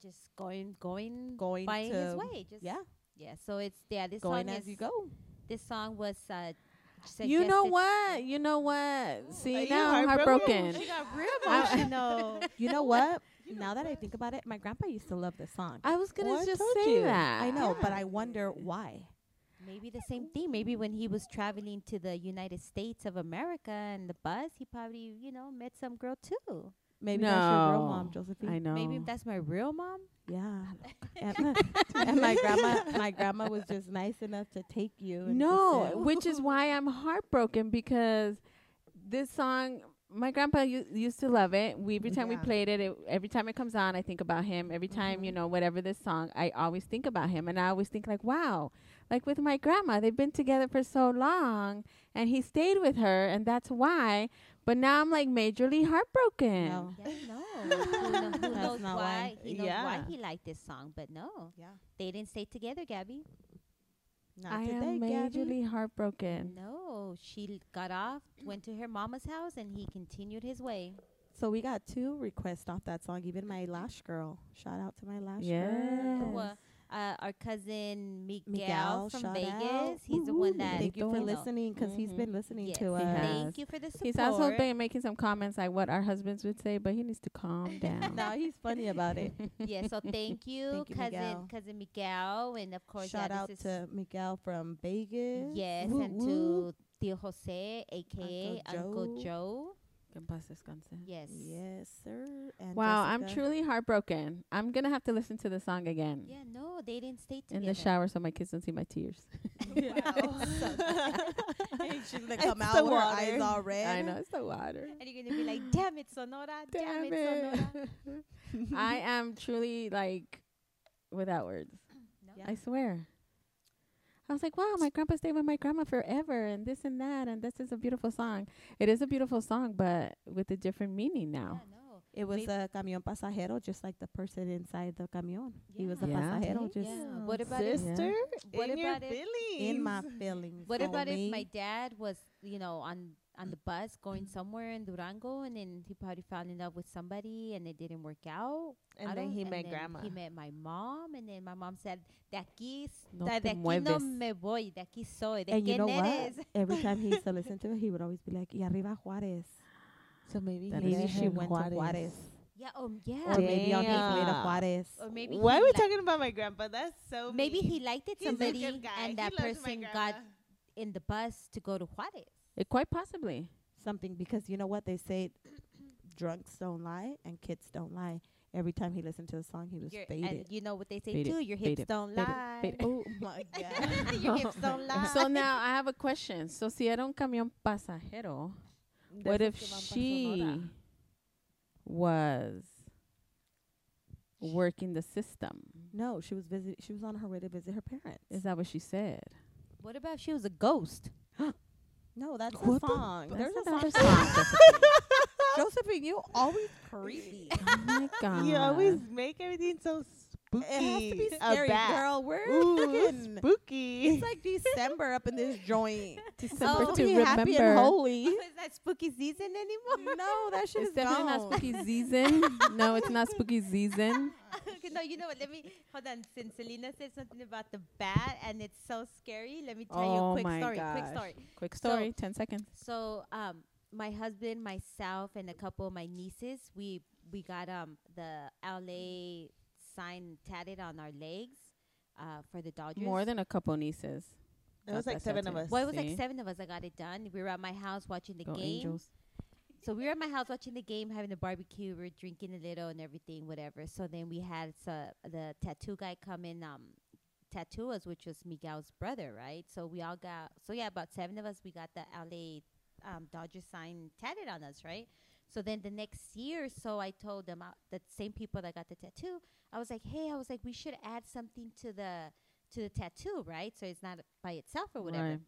Speaker 1: just going, going,
Speaker 4: Going
Speaker 1: by his
Speaker 4: to-
Speaker 1: way. Just
Speaker 4: yeah
Speaker 1: yeah. So it's yeah. This
Speaker 4: going
Speaker 1: song
Speaker 4: as
Speaker 1: is,
Speaker 4: you go.
Speaker 1: This song was. Uh,
Speaker 3: You know
Speaker 1: suggested-
Speaker 3: what? You know what? See,
Speaker 2: Are you
Speaker 3: now I'm heartbroken.
Speaker 2: She got real
Speaker 3: I-
Speaker 2: emotional.
Speaker 4: You know what? now that I think about it, my grandpa used to love this song.
Speaker 3: I was
Speaker 2: Well,
Speaker 3: going
Speaker 2: I
Speaker 3: to just
Speaker 2: told
Speaker 3: say
Speaker 2: you.
Speaker 3: that.
Speaker 4: I know, but I wonder why.
Speaker 1: Maybe the same thing. Maybe when he was traveling to the United States of America and the bus, he probably you know met some girl too.
Speaker 4: Maybe that's your real
Speaker 3: No.
Speaker 4: mom, Josephine.
Speaker 3: I know.
Speaker 1: Maybe that's my real mom.
Speaker 4: Yeah. And, and (laughs) my grandma my grandma was just nice enough to take you. and
Speaker 3: No,
Speaker 4: just say,
Speaker 3: which is why
Speaker 1: (laughs)
Speaker 3: I'm heartbroken because this song, my grandpa u- used to love it. We, every time we
Speaker 2: Yeah. Mm-hmm.
Speaker 3: played it, it, every time it comes on, I think about him. Every time, you know, whatever this song, I always think about him. And I always think, like, wow, like with my grandma, they've been together for so long and he stayed with her, and that's why. But now I'm like majorly heartbroken.
Speaker 4: No.
Speaker 1: Yeah, no. who
Speaker 4: (laughs)
Speaker 1: kno- who
Speaker 4: That's
Speaker 1: knows
Speaker 4: not
Speaker 1: why?
Speaker 4: why.
Speaker 1: He knows why
Speaker 2: Yeah.
Speaker 1: he liked this song, but no,
Speaker 4: Yeah.
Speaker 1: they didn't stay together, Gabby.
Speaker 4: Not
Speaker 3: I
Speaker 4: today,
Speaker 3: am
Speaker 4: Gabby.
Speaker 3: majorly heartbroken.
Speaker 1: No, she l- got off, went to her mama's house, and he continued his way.
Speaker 4: So we got two requests off that song, even my lash girl. Shout out to my lash
Speaker 3: Yeah.
Speaker 4: girl.
Speaker 1: Well, uh, our cousin Miguel,
Speaker 4: Mm. Miguel,
Speaker 1: from
Speaker 4: shout
Speaker 1: Vegas,
Speaker 4: out.
Speaker 1: he's the one
Speaker 3: Woohoo.
Speaker 1: that
Speaker 4: Thank you for
Speaker 3: Don't-
Speaker 1: know.
Speaker 4: listening because he's
Speaker 1: Mhm.
Speaker 4: been listening
Speaker 1: Yes,
Speaker 4: to
Speaker 3: he has.
Speaker 4: us.
Speaker 1: Thank you for the support.
Speaker 3: He's also been making some comments like what our husbands would say, but he needs to
Speaker 1: (laughs)
Speaker 3: calm down.
Speaker 4: Now he's funny about it.
Speaker 1: yeah,
Speaker 4: (laughs)
Speaker 1: so thank you,
Speaker 4: Thank you,
Speaker 1: cousin,
Speaker 4: Miguel.
Speaker 1: cousin Miguel, and of course,
Speaker 4: Shout
Speaker 1: yeah,
Speaker 4: out
Speaker 1: this is
Speaker 4: to Miguel from Vegas.
Speaker 1: yes,
Speaker 4: Woo
Speaker 1: and
Speaker 4: woo.
Speaker 1: to Tio Jose, aka
Speaker 4: Uncle
Speaker 1: Uncle
Speaker 4: Joe.
Speaker 1: Joe. Yes.
Speaker 4: Yes, sir. And
Speaker 3: Wow, I'm
Speaker 4: Jessica.
Speaker 3: truly heartbroken. I'm gonna have to listen to the song again
Speaker 1: Yeah, no, they didn't stay together.
Speaker 3: in the shower so my kids don't see my tears.
Speaker 1: (laughs)
Speaker 3: (laughs)
Speaker 4: (laughs) Hey, she's gonna
Speaker 2: It's
Speaker 4: come
Speaker 2: the
Speaker 4: out with her
Speaker 2: water.
Speaker 4: eyes all red.
Speaker 3: I know it's
Speaker 1: (laughs)
Speaker 3: the water.
Speaker 1: And you're gonna be like, damn it, Sonora, damn,
Speaker 3: Damn
Speaker 1: it, Sonora.
Speaker 4: (laughs)
Speaker 3: it. I am truly like without words.
Speaker 1: No.
Speaker 3: I swear. I was like, wow, my grandpa stayed with my grandma forever, and this and that, and this is a beautiful song. It is a beautiful song, but with a different meaning
Speaker 1: Yeah,
Speaker 3: now.
Speaker 1: no.
Speaker 4: It was
Speaker 1: Maybe-
Speaker 4: a camión pasajero, just like the person inside the camión. He was a
Speaker 3: Yeah.
Speaker 4: pasajero,
Speaker 1: Yeah.
Speaker 4: just
Speaker 1: (laughs) What about if,
Speaker 2: Sister,
Speaker 1: what
Speaker 2: in your
Speaker 1: about if,
Speaker 2: feelings.
Speaker 4: in my feelings.
Speaker 1: what about if my
Speaker 4: homie.
Speaker 1: dad was, you know, on on the bus going somewhere in Durango, and then he probably fell in love with somebody, and it didn't work out.
Speaker 2: And
Speaker 1: I
Speaker 2: then
Speaker 1: don't-
Speaker 2: he
Speaker 1: and
Speaker 2: met
Speaker 1: then
Speaker 2: grandma.
Speaker 1: He met my mom, and then my mom said, "De aquí, s-
Speaker 3: No
Speaker 1: de
Speaker 3: te
Speaker 1: aquí no
Speaker 3: mueves."
Speaker 1: me voy, de aquí soy, de
Speaker 4: and
Speaker 1: quién
Speaker 4: you know what?
Speaker 1: eres."
Speaker 4: Every time he used to (laughs) listen to it, he would always be like, "Y arriba Juarez."
Speaker 2: So maybe,
Speaker 3: That
Speaker 2: he
Speaker 3: is
Speaker 4: Maybe she
Speaker 3: true.
Speaker 4: went to Juarez,
Speaker 1: Yeah, oh yeah,
Speaker 4: or maybe on his way to
Speaker 2: Damn.
Speaker 4: Juarez.
Speaker 1: or maybe
Speaker 2: Why
Speaker 1: he
Speaker 2: are we
Speaker 1: li-
Speaker 2: talking about my grandpa? That's so
Speaker 1: Maybe
Speaker 2: mean.
Speaker 1: he liked it
Speaker 2: He's a good
Speaker 1: somebody,
Speaker 2: guy. He
Speaker 1: and that
Speaker 2: loves my
Speaker 1: person got
Speaker 2: grandma.
Speaker 1: in the bus to go to Juarez.
Speaker 3: It quite possibly.
Speaker 4: Something because you know what they say: (clears throat) drunks don't lie and kids don't lie. Every time he listened to the song, he was
Speaker 1: Your- and
Speaker 4: faded.
Speaker 1: you know what they say
Speaker 3: Fade it,
Speaker 1: too. Your
Speaker 3: fade
Speaker 1: hips
Speaker 3: it,
Speaker 1: don't
Speaker 3: fade it,
Speaker 1: lie.
Speaker 3: fade it.
Speaker 4: Oh
Speaker 2: (laughs)
Speaker 4: my
Speaker 1: (laughs)
Speaker 4: god!
Speaker 1: your hips don't lie.
Speaker 3: so now I have a question. So si era un camión pasajero, what if she was working the system?
Speaker 4: No, she was visit. She was on her way to visit her parents.
Speaker 3: Is that what she said?
Speaker 1: What about if she was a ghost?
Speaker 4: No, that's
Speaker 2: What
Speaker 4: a
Speaker 2: the-
Speaker 4: song.
Speaker 3: That's
Speaker 4: There's a
Speaker 3: another
Speaker 1: (laughs)
Speaker 4: song.
Speaker 3: song.
Speaker 4: Josephine, you always
Speaker 2: (laughs)
Speaker 4: creepy.
Speaker 3: oh my god!
Speaker 2: You always make everything so spooky.
Speaker 4: It has to be
Speaker 2: a
Speaker 4: scary,
Speaker 2: bat.
Speaker 4: girl. We're
Speaker 2: Ooh,
Speaker 4: freaking-
Speaker 2: spooky.
Speaker 4: It's like December up in this joint.
Speaker 3: (laughs) December
Speaker 1: Oh,
Speaker 3: to
Speaker 4: be happy and
Speaker 3: remember. (laughs)
Speaker 4: holy.
Speaker 1: (laughs) Is that spooky season anymore?
Speaker 4: No, that shit
Speaker 3: It's
Speaker 4: is
Speaker 3: definitely not
Speaker 4: gone.
Speaker 3: spooky season. no, it's not
Speaker 1: (laughs)
Speaker 3: spooky season.
Speaker 1: Okay, no, you know what? Let me hold on. Since Selena said something about the bat and it's so scary, let me tell you a
Speaker 3: Oh
Speaker 1: quick
Speaker 3: my
Speaker 1: story. Quick
Speaker 3: gosh.
Speaker 1: story.
Speaker 3: Quick
Speaker 1: So-
Speaker 3: story, ten seconds.
Speaker 1: So, um, my husband, myself, and a couple of my nieces, we we got um the LA sign tatted on our legs uh, for the Dodgers.
Speaker 3: More than a couple nieces.
Speaker 2: It was
Speaker 3: Got
Speaker 2: like
Speaker 3: that
Speaker 2: seven of
Speaker 3: tattoo.
Speaker 2: us.
Speaker 1: well, it was like
Speaker 3: See?
Speaker 1: seven of us. I got it done. We were at my house watching the
Speaker 3: Go
Speaker 1: game.
Speaker 3: Angels.
Speaker 1: So we were at my house watching the game, having a barbecue. We were drinking a little and everything, whatever. So then we had so, the tattoo guy come in, um, tattoo us, which was Miguel's brother, right? So we all got, so yeah, about seven of us, we got the LA um, Dodgers sign tatted on us, right? So then the next year, so I told them, uh, the same people that got the tattoo, I was like, hey, I was like, we should add something to the to the tattoo, right? So it's not by itself or whatever.
Speaker 3: Right.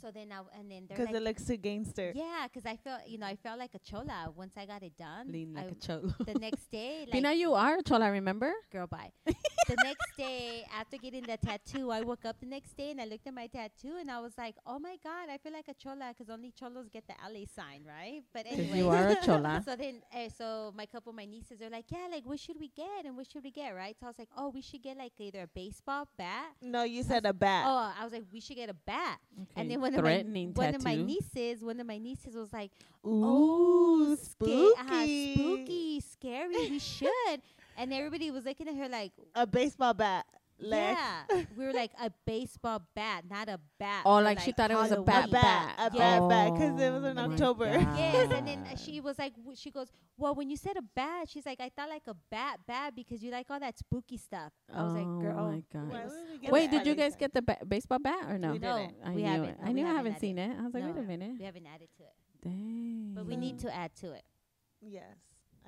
Speaker 1: So then I, and then they're
Speaker 2: because
Speaker 1: like,
Speaker 2: it looks too gangster.
Speaker 1: yeah, because I felt, you know, I felt like a chola once I got it done.
Speaker 3: Lean like
Speaker 1: I-
Speaker 3: a cholo.
Speaker 1: (laughs) the next
Speaker 3: (laughs)
Speaker 1: day, like,
Speaker 3: Pina, you are a chola, remember?
Speaker 1: girl,
Speaker 3: (laughs)
Speaker 1: bye. the next day, after getting the tattoo, I woke up the next day and I looked at my tattoo and I was like, oh my God, I feel like a chola because only cholos get the LA sign, right? But anyway.
Speaker 3: you are a chola.
Speaker 1: (laughs) So then, uh, so my couple of my nieces are like, yeah, like what should we get and what should we get, right? So I was like, oh, we should get like either a baseball bat.
Speaker 2: No, you said a bat.
Speaker 1: Oh, I was like, we should get a bat.
Speaker 3: Okay,
Speaker 1: And then one of my
Speaker 3: threatening
Speaker 1: one
Speaker 3: tattoo.
Speaker 1: of my nieces, one of my nieces was like,
Speaker 2: Ooh,
Speaker 1: sca- ajá,
Speaker 2: spooky.
Speaker 1: oh, uh-huh, spooky, scary. We should. And everybody was looking at her like,
Speaker 2: A baseball bat. Lex. (laughs)
Speaker 1: yeah. We were like a baseball bat, not a bat.
Speaker 3: Oh,
Speaker 1: for,
Speaker 3: like, she thought it was a
Speaker 1: Halloween."
Speaker 3: bat,
Speaker 2: A bat. A
Speaker 1: Yeah.
Speaker 2: bat bat. Because it was in
Speaker 3: Oh my
Speaker 2: October.
Speaker 1: (laughs)
Speaker 3: God.
Speaker 1: Yes, and then uh, she was like, w- she goes, well, when you said a bat, she's like, I thought like a bat, bat because you like all that spooky stuff. I was
Speaker 3: Oh
Speaker 1: like, girl,
Speaker 3: my God.
Speaker 1: it
Speaker 2: Why
Speaker 1: was-
Speaker 2: would we
Speaker 1: it
Speaker 2: get
Speaker 1: was
Speaker 3: Wait, did you
Speaker 1: ugly.
Speaker 3: guys
Speaker 2: Alexa.
Speaker 3: get the ba- baseball bat or no?
Speaker 2: We
Speaker 1: No,
Speaker 2: didn't.
Speaker 3: I
Speaker 1: we
Speaker 3: knew
Speaker 1: haven't.
Speaker 3: it.
Speaker 1: No,
Speaker 3: I
Speaker 1: we
Speaker 3: knew I
Speaker 1: haven't
Speaker 3: haven't
Speaker 1: added-
Speaker 3: seen it. I was like,
Speaker 1: no,
Speaker 3: wait a
Speaker 1: no.
Speaker 3: minute.
Speaker 1: We haven't added to it,
Speaker 3: Dang.
Speaker 1: but we need to add to it.
Speaker 2: Yes,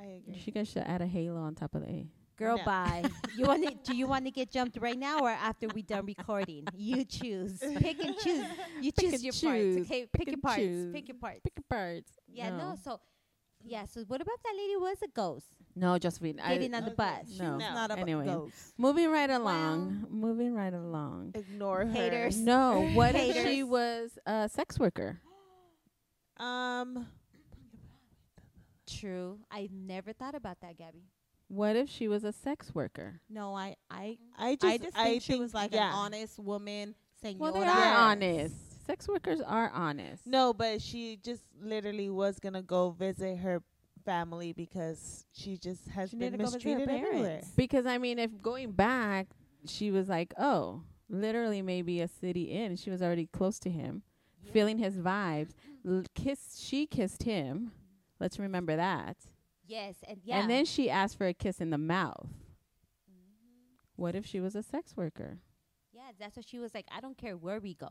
Speaker 2: I agree.
Speaker 3: She guys should add a halo on top of the A.
Speaker 1: Girl, (laughs)
Speaker 2: No.
Speaker 1: bye. You want to? Do you want to get jumped right now or after we done recording? You choose. Pick and choose. You
Speaker 3: Pick
Speaker 1: choose
Speaker 3: and
Speaker 1: your
Speaker 3: choose.
Speaker 1: parts. Okay, pick,
Speaker 3: Pick
Speaker 1: your
Speaker 3: and
Speaker 1: parts.
Speaker 3: choose.
Speaker 1: Pick your parts.
Speaker 3: Pick birds.
Speaker 1: Yeah, no. So, yeah. So, what about that lady? Was a ghost
Speaker 3: No, just read.
Speaker 1: getting on the bus?
Speaker 2: She's
Speaker 3: No.
Speaker 4: It's not about
Speaker 3: Anyway.
Speaker 4: ghosts.
Speaker 3: Moving right along. Moving right along.
Speaker 2: Ignore her.
Speaker 1: Haters.
Speaker 3: No, what if
Speaker 1: Haters.
Speaker 3: she was a sex worker?
Speaker 2: Um,
Speaker 1: True. I never thought about that, Gabby.
Speaker 3: What if she was a sex worker?
Speaker 4: No, I, I,
Speaker 2: I just,
Speaker 4: I just think
Speaker 2: I
Speaker 4: she was like
Speaker 2: yeah.
Speaker 4: an honest woman,
Speaker 3: Well,
Speaker 4: senora.
Speaker 3: they are
Speaker 2: Yes.
Speaker 3: honest. Sex workers are honest.
Speaker 2: No, but she just literally was gonna go visit her family because she just has
Speaker 4: She
Speaker 2: been
Speaker 4: needed to go visit her
Speaker 2: mistreated everywhere.
Speaker 4: parents.
Speaker 3: Because I mean, if going back, she was like, oh, literally maybe a city in. She was already close to him, feeling his vibes. L- kiss. She kissed him. Let's remember that.
Speaker 1: Yes, and yeah.
Speaker 3: And then she asked for a kiss in the mouth.
Speaker 1: Mm-hmm.
Speaker 3: What if she was a sex worker?
Speaker 1: yeah, that's what she was like. I don't care where we go.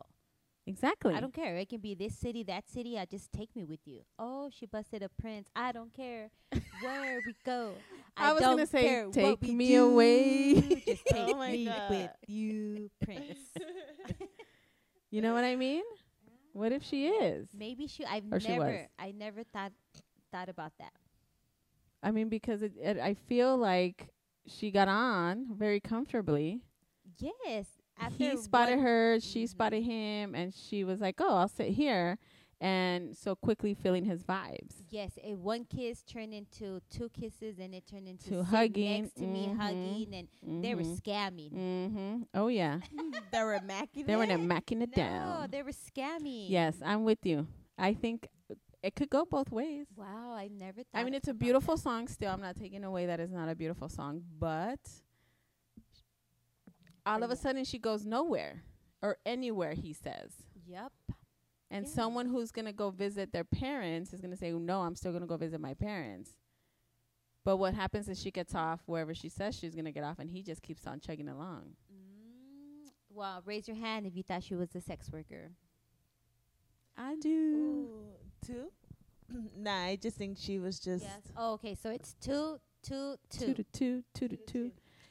Speaker 3: Exactly.
Speaker 1: I don't care. It can be this city, that city. I just take me with you. Oh, she busted a prince. I don't
Speaker 3: (laughs)
Speaker 1: care where we go.
Speaker 3: I was
Speaker 1: don't
Speaker 3: gonna say,
Speaker 1: care what
Speaker 3: "Take
Speaker 1: we
Speaker 3: me
Speaker 1: do.
Speaker 3: away."
Speaker 1: (laughs) Just
Speaker 4: (laughs)
Speaker 2: Oh
Speaker 1: take
Speaker 2: my
Speaker 1: me
Speaker 2: God.
Speaker 1: with
Speaker 3: (laughs)
Speaker 1: you, prince.
Speaker 3: You know what I mean? What if she is?
Speaker 1: Maybe she. I've
Speaker 3: Or
Speaker 1: never.
Speaker 3: she was.
Speaker 1: I never thought thought about that.
Speaker 3: I mean, because it, it, I feel like she got on very comfortably.
Speaker 1: Yes.
Speaker 3: he spotted
Speaker 1: one-
Speaker 3: her, she
Speaker 1: Mhm.
Speaker 3: spotted him, and she was like, "Oh, I'll sit here," and so quickly feeling his vibes.
Speaker 1: Yes, a one kiss turned into two kisses, and it turned into
Speaker 3: To
Speaker 1: sitting
Speaker 3: hugging, Mm-hmm.
Speaker 1: next to me,
Speaker 3: mhm,
Speaker 1: hugging, and they were scamming.
Speaker 3: Mm-hmm.
Speaker 1: (laughs)
Speaker 3: Oh yeah,
Speaker 4: they were immaculate.
Speaker 3: they were there macking it
Speaker 1: No,
Speaker 3: down.
Speaker 1: they were scamming.
Speaker 3: Yes, I'm with you. I think it could go both ways.
Speaker 1: Wow, I never. thought
Speaker 3: I mean, it's a
Speaker 1: about
Speaker 3: beautiful song. Still, I'm not taking away that it's not a beautiful song, but all of a
Speaker 1: Yeah.
Speaker 3: sudden she goes nowhere or anywhere. He says.
Speaker 1: that. Yep.
Speaker 3: And
Speaker 1: Yeah.
Speaker 3: someone who's going to go visit their parents is going to say, No, I'm still going to go visit my parents. But what happens is she gets off wherever she says she's going to get off, and he just keeps on chugging along.
Speaker 1: Mm, well, raise your hand if you thought she was a sex worker.
Speaker 3: I do.
Speaker 2: Ooh, two? (clears throat) nah, I just think she was just.
Speaker 1: Oh, okay, so it's two, two, two.
Speaker 3: Two to two, two to two.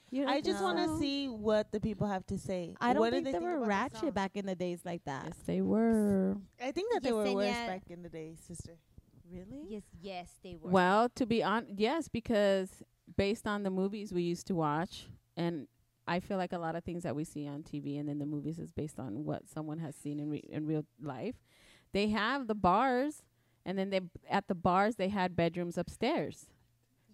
Speaker 3: You
Speaker 2: I
Speaker 3: don't
Speaker 2: just want
Speaker 3: know.
Speaker 2: to see what the people have to say.
Speaker 4: I don't
Speaker 2: what
Speaker 4: think
Speaker 2: did
Speaker 4: they,
Speaker 2: they
Speaker 4: were
Speaker 2: about the song?
Speaker 4: ratchet back in the days like that.
Speaker 3: Yes, they were.
Speaker 2: I think that they were worse
Speaker 1: Yesenia-
Speaker 2: back in the day, sister.
Speaker 4: Really?
Speaker 1: Yes, yes, they were.
Speaker 3: Well, to be on, yes, because based on the movies we used to watch, and I feel like a lot of things that we see on TV and then the movies is based on what someone has seen in re- in real life. They have the bars, and then they at the bars they had bedrooms upstairs.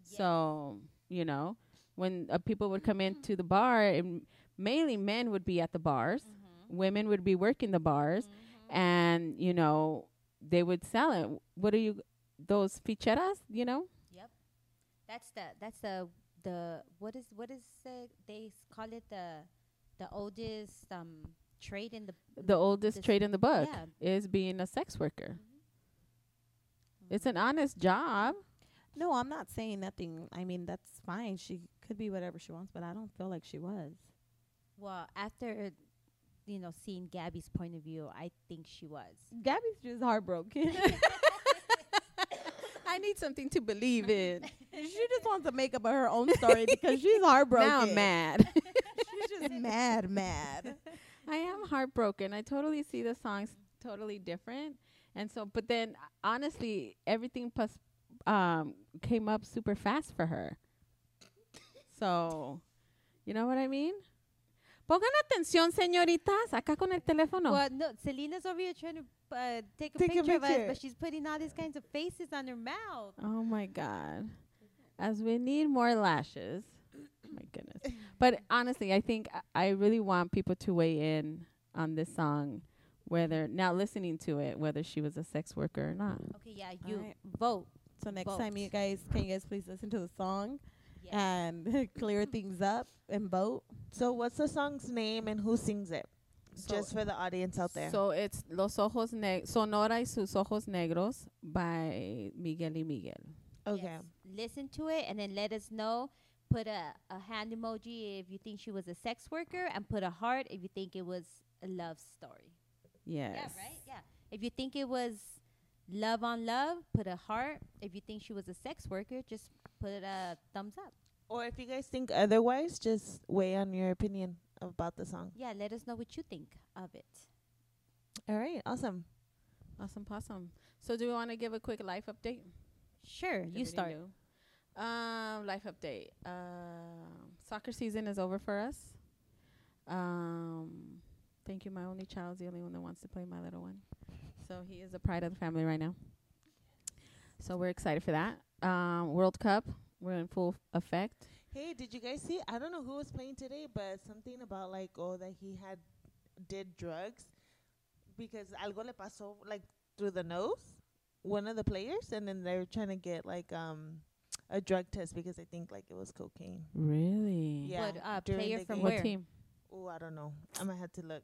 Speaker 1: Yes.
Speaker 3: So you know, when uh, people would come into the bar, and mainly men would be at the bars, women would be working the bars, and you know they would sell it. What are you? Those ficheras, you know,
Speaker 1: that's the that's the the what is what is uh, they s- call it the the oldest um trade in the
Speaker 3: the oldest
Speaker 1: This-
Speaker 3: trade in the book
Speaker 1: yeah.
Speaker 3: is being a sex worker. It's an honest job.
Speaker 4: No, I'm not saying nothing. I mean, that's fine. She could be whatever she wants, but I don't feel like she was.
Speaker 1: Well, after you know seeing Gabby's point of view, I think she (laughs) was.
Speaker 4: Gabby's just heartbroken. (laughs)
Speaker 1: (laughs)
Speaker 3: I need something to believe in.
Speaker 4: she just wants to make up her own story because she's
Speaker 3: (laughs)
Speaker 4: heartbroken.
Speaker 3: Now I'm mad.
Speaker 4: (laughs)
Speaker 3: (laughs)
Speaker 4: She's just mad, mad.
Speaker 3: I am heartbroken. I totally see the songs totally different. And so, but then honestly, everything plus um, came up super fast for her. So, you know what I mean? Pongan atención, señoritas, acá con el teléfono.
Speaker 1: Well, no, Selena's over here trying to uh, take, a,
Speaker 2: Take a
Speaker 1: picture of us,
Speaker 2: picture.
Speaker 1: but she's putting all these kinds of faces on her mouth.
Speaker 3: Oh my God. As we need more lashes. (coughs) my goodness. But honestly, I think I- I really want people to weigh in on this song, whether now listening to it, whether she was a sex worker or not.
Speaker 1: Okay, yeah, you
Speaker 4: Alright.
Speaker 1: vote.
Speaker 4: So next
Speaker 1: Vote.
Speaker 4: time you guys can you guys please listen to the song
Speaker 1: Yes.
Speaker 4: and (laughs) clear things up and vote.
Speaker 2: So what's the song's name and who sings it?
Speaker 3: So-
Speaker 2: Just for the audience out there.
Speaker 3: So it's Los Ojos Neg- Sonora y sus Ojos Negros by Miguel y Miguel.
Speaker 2: okay.
Speaker 1: Yes. Listen to it and then let us know. Put a, a hand emoji if you think she was a sex worker, and put a heart if you think it was a love story.
Speaker 3: Yes.
Speaker 1: Yeah, right? Yeah. If you think it was love on love, put a heart. If you think she was a sex worker, just put a thumbs up.
Speaker 2: Or if you guys think otherwise, just weigh on your opinion about the song.
Speaker 1: Yeah, let us know what you think of it.
Speaker 2: All right, awesome.
Speaker 3: Awesome possum. So do we want to give a quick life update?
Speaker 1: Sure, you
Speaker 3: Everything
Speaker 1: start.
Speaker 3: new. Um, life update. Um, soccer season is over for us. Um, thank you. My only child's the only one that wants to play. My little one, so he is the pride of the family right now. So we're excited for that. Um, World Cup, we're in full effect.
Speaker 2: Hey, did you guys see? I don't know who was playing today, but something about like oh that he had did drugs because algo le pasó like through the nose one of the players, and then they're trying to get like um a drug test because I think like it was cocaine.
Speaker 3: Really?
Speaker 2: Yeah.
Speaker 1: What, uh,
Speaker 2: during
Speaker 1: player
Speaker 2: the
Speaker 1: from
Speaker 2: game.
Speaker 3: What
Speaker 1: Where?
Speaker 3: team?
Speaker 2: Oh, I don't know. I'm gonna have to look.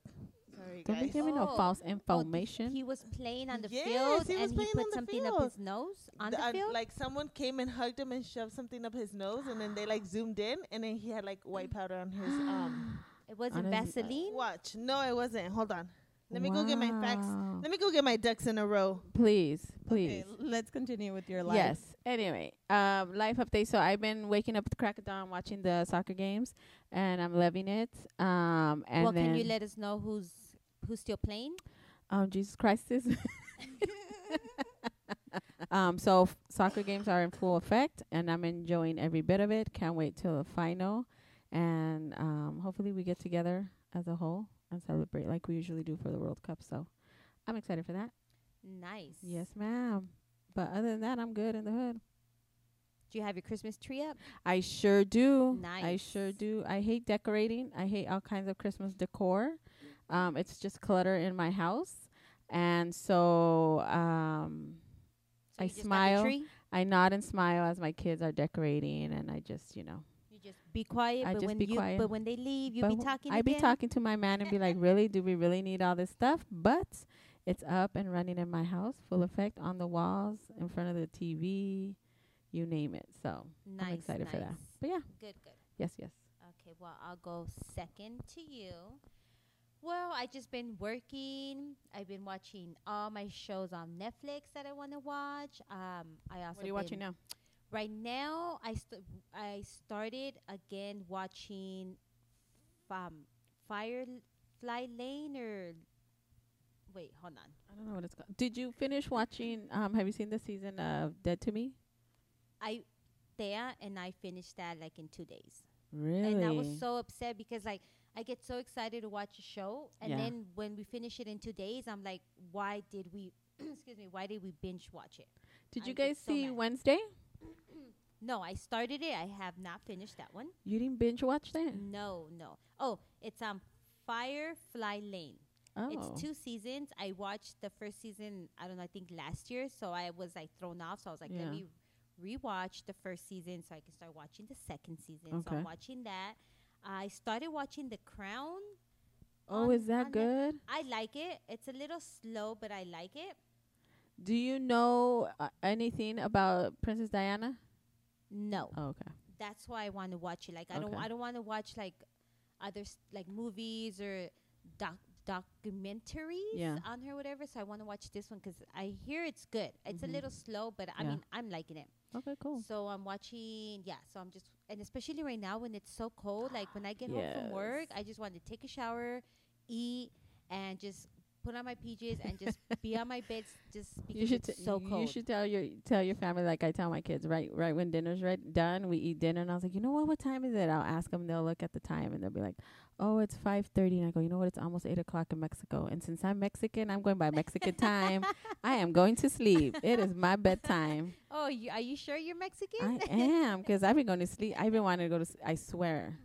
Speaker 2: Sorry,
Speaker 3: Don't be
Speaker 2: guys.
Speaker 3: giving no
Speaker 1: Oh,
Speaker 3: false
Speaker 1: Oh, th-
Speaker 3: information.
Speaker 1: He was playing on the
Speaker 2: Yes,
Speaker 1: field
Speaker 2: he
Speaker 1: and
Speaker 2: was
Speaker 1: he
Speaker 2: playing on
Speaker 1: put
Speaker 2: the
Speaker 1: something up
Speaker 2: field.
Speaker 1: his nose on the,
Speaker 2: The- uh,
Speaker 1: field.
Speaker 2: like someone came and hugged him and shoved something up his nose, and then they like zoomed in, and then he had like white powder on his um
Speaker 1: it wasn't
Speaker 3: Honestly, I-
Speaker 1: Vaseline.
Speaker 2: watch. No, it wasn't. Hold on. Let me go get my facts.
Speaker 3: Wow.
Speaker 2: Let me go get my ducks in a row.
Speaker 3: Please, please.
Speaker 4: Okay, let's continue with your life.
Speaker 3: Yes. Anyway, um, life update. So I've been waking up at the crack of dawn watching the soccer games, and I'm loving it. Um, and
Speaker 1: well,
Speaker 3: then,
Speaker 1: can you let us know who's who's still playing?
Speaker 3: um, Jesus Christ is. (laughs) um, so f- soccer games are in full effect, and I'm enjoying every bit of it. Can't wait till the final, and um, hopefully we get together as a whole and celebrate like we usually do for the World Cup. So I'm excited for that.
Speaker 1: Nice.
Speaker 3: Yes, ma'am. But other than that, I'm good in the hood.
Speaker 1: Do you have your Christmas tree up?
Speaker 3: I sure do. I
Speaker 1: Nice.
Speaker 3: sure do. I hate decorating. I hate all kinds of Christmas decor. Um, it's just clutter in my house. And so
Speaker 1: So
Speaker 3: um, I
Speaker 1: you just got the
Speaker 3: smile.
Speaker 1: tree?
Speaker 3: I nod and smile as my kids are decorating. And I just, you know,
Speaker 1: You just be quiet.
Speaker 3: I
Speaker 1: but
Speaker 3: just
Speaker 1: when
Speaker 3: be
Speaker 1: you,
Speaker 3: quiet.
Speaker 1: But when they leave, you
Speaker 3: But
Speaker 1: be
Speaker 3: wh-
Speaker 1: talking.
Speaker 3: I be
Speaker 1: again?
Speaker 3: talking to my man and be
Speaker 1: (laughs)
Speaker 3: like, really? Do we really need all this stuff? But it's up and running in my house, full effect on the walls, in front of the TV, you name it. So,
Speaker 1: Nice.
Speaker 3: excited
Speaker 1: nice.
Speaker 3: for that. but yeah,
Speaker 1: Good. Good.
Speaker 3: yes, yes.
Speaker 1: Okay, well, I'll go second to you. Well, I just been working. I've been watching all my shows on Netflix that I want to watch. Um, I also
Speaker 3: What are you
Speaker 1: been-
Speaker 3: watching now?
Speaker 1: Right now, I st- I started again watching um, Firefly Lane or wait, hold on.
Speaker 3: I don't know what it's called. Did you finish watching? Um, have you seen the season of Dead to Me?
Speaker 1: I Thea and I finished that like in two days.
Speaker 3: Really?
Speaker 1: And I was so upset because like I get so excited to watch a show and
Speaker 3: Yeah.
Speaker 1: then when we finish it in two days, I'm like, why did we (clears throat) excuse me, why did we binge watch it?
Speaker 3: Did you
Speaker 1: I get
Speaker 3: guys
Speaker 1: so
Speaker 3: see
Speaker 1: mad.
Speaker 3: Wednesday?
Speaker 1: No, I started it. I have not finished that one.
Speaker 3: You didn't binge watch that?
Speaker 1: No, no. Oh, it's um Firefly Lane.
Speaker 3: Oh,
Speaker 1: It's two seasons. I watched the first season, I don't know, I think last year, so I was like thrown off. So I was like,
Speaker 3: Yeah.
Speaker 1: let me rewatch the first season so I can start watching the second season. So
Speaker 3: Okay.
Speaker 1: I'm watching that. I started watching The Crown.
Speaker 3: oh,
Speaker 1: on-
Speaker 3: is
Speaker 1: on
Speaker 3: that
Speaker 1: Net-
Speaker 3: good?
Speaker 1: I like it. It's a little slow, but I like it.
Speaker 3: Do you know uh, anything about Princess Diana?
Speaker 1: No,
Speaker 3: Oh, okay.
Speaker 1: that's why I want to watch it. Like I don't,
Speaker 3: Okay.
Speaker 1: I don't want to watch like other s- like movies or doc documentaries
Speaker 3: Yeah.
Speaker 1: on her, whatever. So I want to watch this one 'cause I hear it's good. It's
Speaker 3: Mhm.
Speaker 1: a little slow, but I
Speaker 3: Yeah.
Speaker 1: mean, I'm liking it.
Speaker 3: Okay, cool.
Speaker 1: So I'm watching, yeah. So I'm just, and especially right now when it's so cold, like when I get home from work,
Speaker 3: Yes.
Speaker 1: I just want to take a shower, eat, and just put on my PJs and
Speaker 3: (laughs)
Speaker 1: just be on my bed, s- just because
Speaker 3: You should
Speaker 1: it's
Speaker 3: t-
Speaker 1: so
Speaker 3: you
Speaker 1: cold.
Speaker 3: should tell your tell your family like I tell my kids right right when dinner's right done we eat dinner and I was like you know what what time is it I'll ask them they'll look at the time and they'll be like oh it's five thirty and I go you know what it's almost eight o'clock in Mexico and since I'm Mexican I'm going by
Speaker 1: (laughs)
Speaker 3: Mexican time I am going to sleep it is my bedtime
Speaker 1: oh, you, are you sure you're
Speaker 3: I
Speaker 1: Mexican? (laughs)
Speaker 3: am because I've been going to sleep I've been wanting to go to s- I swear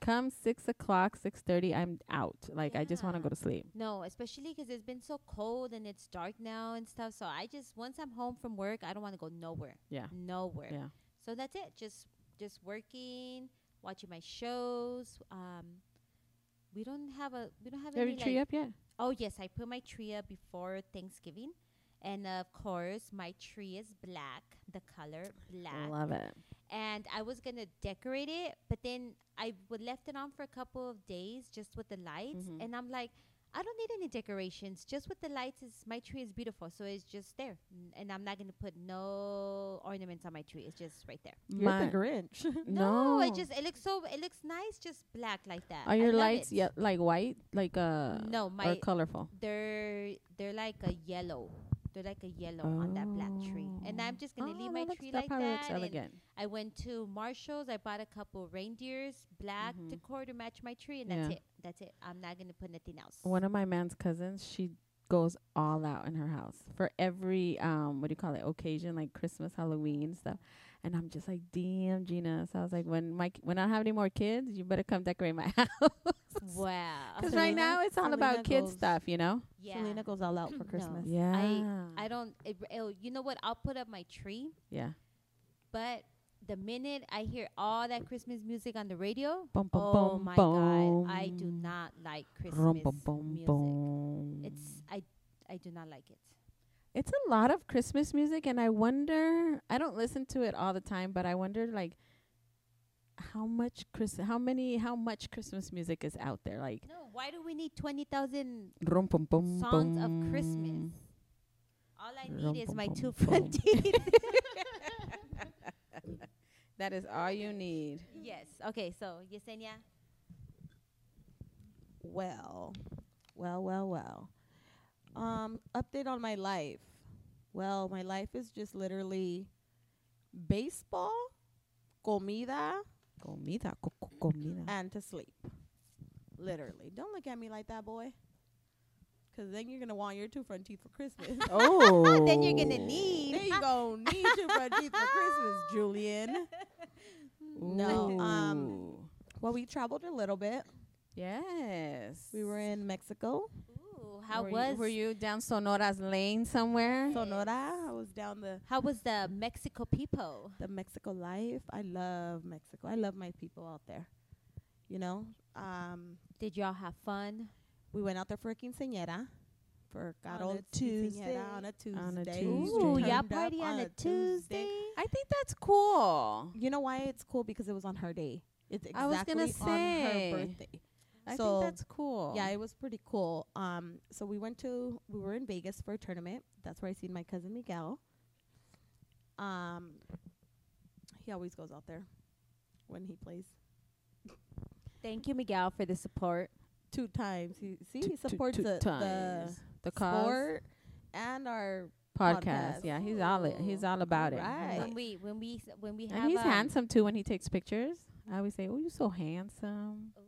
Speaker 3: come six o'clock six thirty I'm out like I just want to
Speaker 1: Yeah.
Speaker 3: go to sleep
Speaker 1: no, especially 'cause it's been so cold and it's dark now and stuff. So I just once I'm home from work, I don't want to go nowhere.
Speaker 3: Yeah.
Speaker 1: nowhere.
Speaker 3: Yeah.
Speaker 1: So that's it. Just just working, watching my shows. Um, we don't have a we don't have
Speaker 3: have
Speaker 1: any
Speaker 3: you tree
Speaker 1: like,
Speaker 3: up yet
Speaker 1: Oh yes, I put my tree up before Thanksgiving, and of course my tree is black, the color black.
Speaker 3: love it
Speaker 1: And I was gonna decorate it, but then I would left it on for a couple of days just with the lights,
Speaker 3: Mhm.
Speaker 1: and I'm like, I don't need any decorations. Just with the lights, is my tree is beautiful, so it's just there, N- and I'm not gonna put no ornaments on my tree. It's just right there.
Speaker 4: You're
Speaker 3: My-
Speaker 4: the Grinch. (laughs)
Speaker 1: No,
Speaker 3: no
Speaker 1: it just it looks so it looks nice, just black like that.
Speaker 3: Are
Speaker 1: I
Speaker 3: your
Speaker 1: love
Speaker 3: lights
Speaker 1: it.
Speaker 3: yeah like white, like uh,
Speaker 1: No,
Speaker 3: or
Speaker 1: my
Speaker 3: colorful?
Speaker 1: they're they're like a yellow. They're like a yellow on that black tree. And I'm just gonna leave my tree like
Speaker 3: probably
Speaker 1: that.
Speaker 3: Oh, looks
Speaker 1: and
Speaker 3: elegant.
Speaker 1: I went to Marshalls. I bought a couple reindeers, black
Speaker 3: Mhm.
Speaker 1: decor to match my tree, and that's
Speaker 3: Yeah.
Speaker 1: it. That's it. I'm not gonna put nothing else.
Speaker 3: One of my man's cousins, she goes all out in her house for every um, what do you call it, occasion like Christmas, Halloween stuff. And I'm just like, damn, Gina. So I was like, when my ki- when I have any more kids, you better come decorate my (laughs) house.
Speaker 1: wow.
Speaker 3: (laughs) 'Cause right
Speaker 4: Selena-
Speaker 3: now it's all
Speaker 4: Selena
Speaker 3: about kids
Speaker 4: goes-
Speaker 3: stuff, you know?
Speaker 1: Yeah.
Speaker 4: Selena goes all out
Speaker 1: No.
Speaker 4: for Christmas.
Speaker 3: Yeah.
Speaker 1: I don't. It, it'll- you know what? I'll put up my tree,
Speaker 3: yeah.
Speaker 1: but the minute I hear all that Christmas music on the radio,
Speaker 3: Boom, boom,
Speaker 1: oh
Speaker 3: boom,
Speaker 1: my god, I do
Speaker 3: boom.
Speaker 1: not like Christmas
Speaker 3: Rum, bum, bum,
Speaker 1: music.
Speaker 3: bum.
Speaker 1: It's I I do not like it.
Speaker 3: It's a lot of Christmas music, and I wonder. I don't listen to it all the time, but I wonder like how much Chris, how many, how much Christmas music is out there? Like
Speaker 1: No, why do we need twenty thousand
Speaker 3: rum, pum, pum,
Speaker 1: songs of
Speaker 3: pum.
Speaker 1: Christmas? All I
Speaker 3: Rum,
Speaker 1: need is
Speaker 3: bum,
Speaker 1: my
Speaker 3: bum,
Speaker 1: two
Speaker 3: bum.
Speaker 1: (laughs) front teeth.
Speaker 3: That is all you need.
Speaker 1: yes. Okay. So Yesenia.
Speaker 4: Well, well, well, well. Um, update on my life. Well, my life is just literally baseball, comida,
Speaker 3: Comida, co- co- comida.
Speaker 4: and to sleep. Literally. Don't look at me like that, boy. 'Cause then you're gonna want your two front teeth for Christmas. (laughs)
Speaker 3: oh,
Speaker 1: Then you're gonna need.
Speaker 4: then you gonna need two front teeth for Christmas, Julian. No, um,
Speaker 3: Ooh.
Speaker 4: Well, we traveled a little bit.
Speaker 3: yes,
Speaker 4: We were in Mexico,
Speaker 1: Ooh, how
Speaker 3: Were you-
Speaker 1: was
Speaker 3: were you down Sonora's Lane somewhere?
Speaker 4: Sonora. I was down the
Speaker 1: how was the Mexico people?
Speaker 4: the Mexico life. I love Mexico. I love my people out there. You know, um,
Speaker 1: Did y'all have fun?
Speaker 4: we went out there for a quinceañera, for
Speaker 2: On
Speaker 4: Carol
Speaker 2: a Tuesday.
Speaker 4: on a Tuesday.
Speaker 3: On a Tuesday.
Speaker 1: Ooh,
Speaker 4: Turned
Speaker 1: y'all
Speaker 4: up
Speaker 1: party on, a Tuesday.
Speaker 3: I think that's cool.
Speaker 4: You know why it's cool? Because it was on her day. It's exactly
Speaker 3: I was gonna say.
Speaker 4: on her birthday.
Speaker 3: I
Speaker 4: So,
Speaker 3: think that's cool.
Speaker 4: Yeah, it was pretty cool. Um, so we went to we were in Vegas for a tournament. That's where I seen my cousin Miguel. Um, he always goes out there when he plays.
Speaker 1: Thank you, Miguel, for the support.
Speaker 4: Two times. He see
Speaker 3: Two-
Speaker 4: he
Speaker 3: two-
Speaker 4: supports
Speaker 3: two
Speaker 4: the, the
Speaker 3: times. the cause.
Speaker 4: sport and our
Speaker 3: podcast.
Speaker 4: podcast.
Speaker 3: Yeah, he's all i- he's all about it.
Speaker 4: Alright.
Speaker 1: When we when we s- when we have
Speaker 3: And he's
Speaker 1: um,
Speaker 3: handsome too when he takes pictures. I always say, "Oh, you're so handsome."
Speaker 1: Ooh.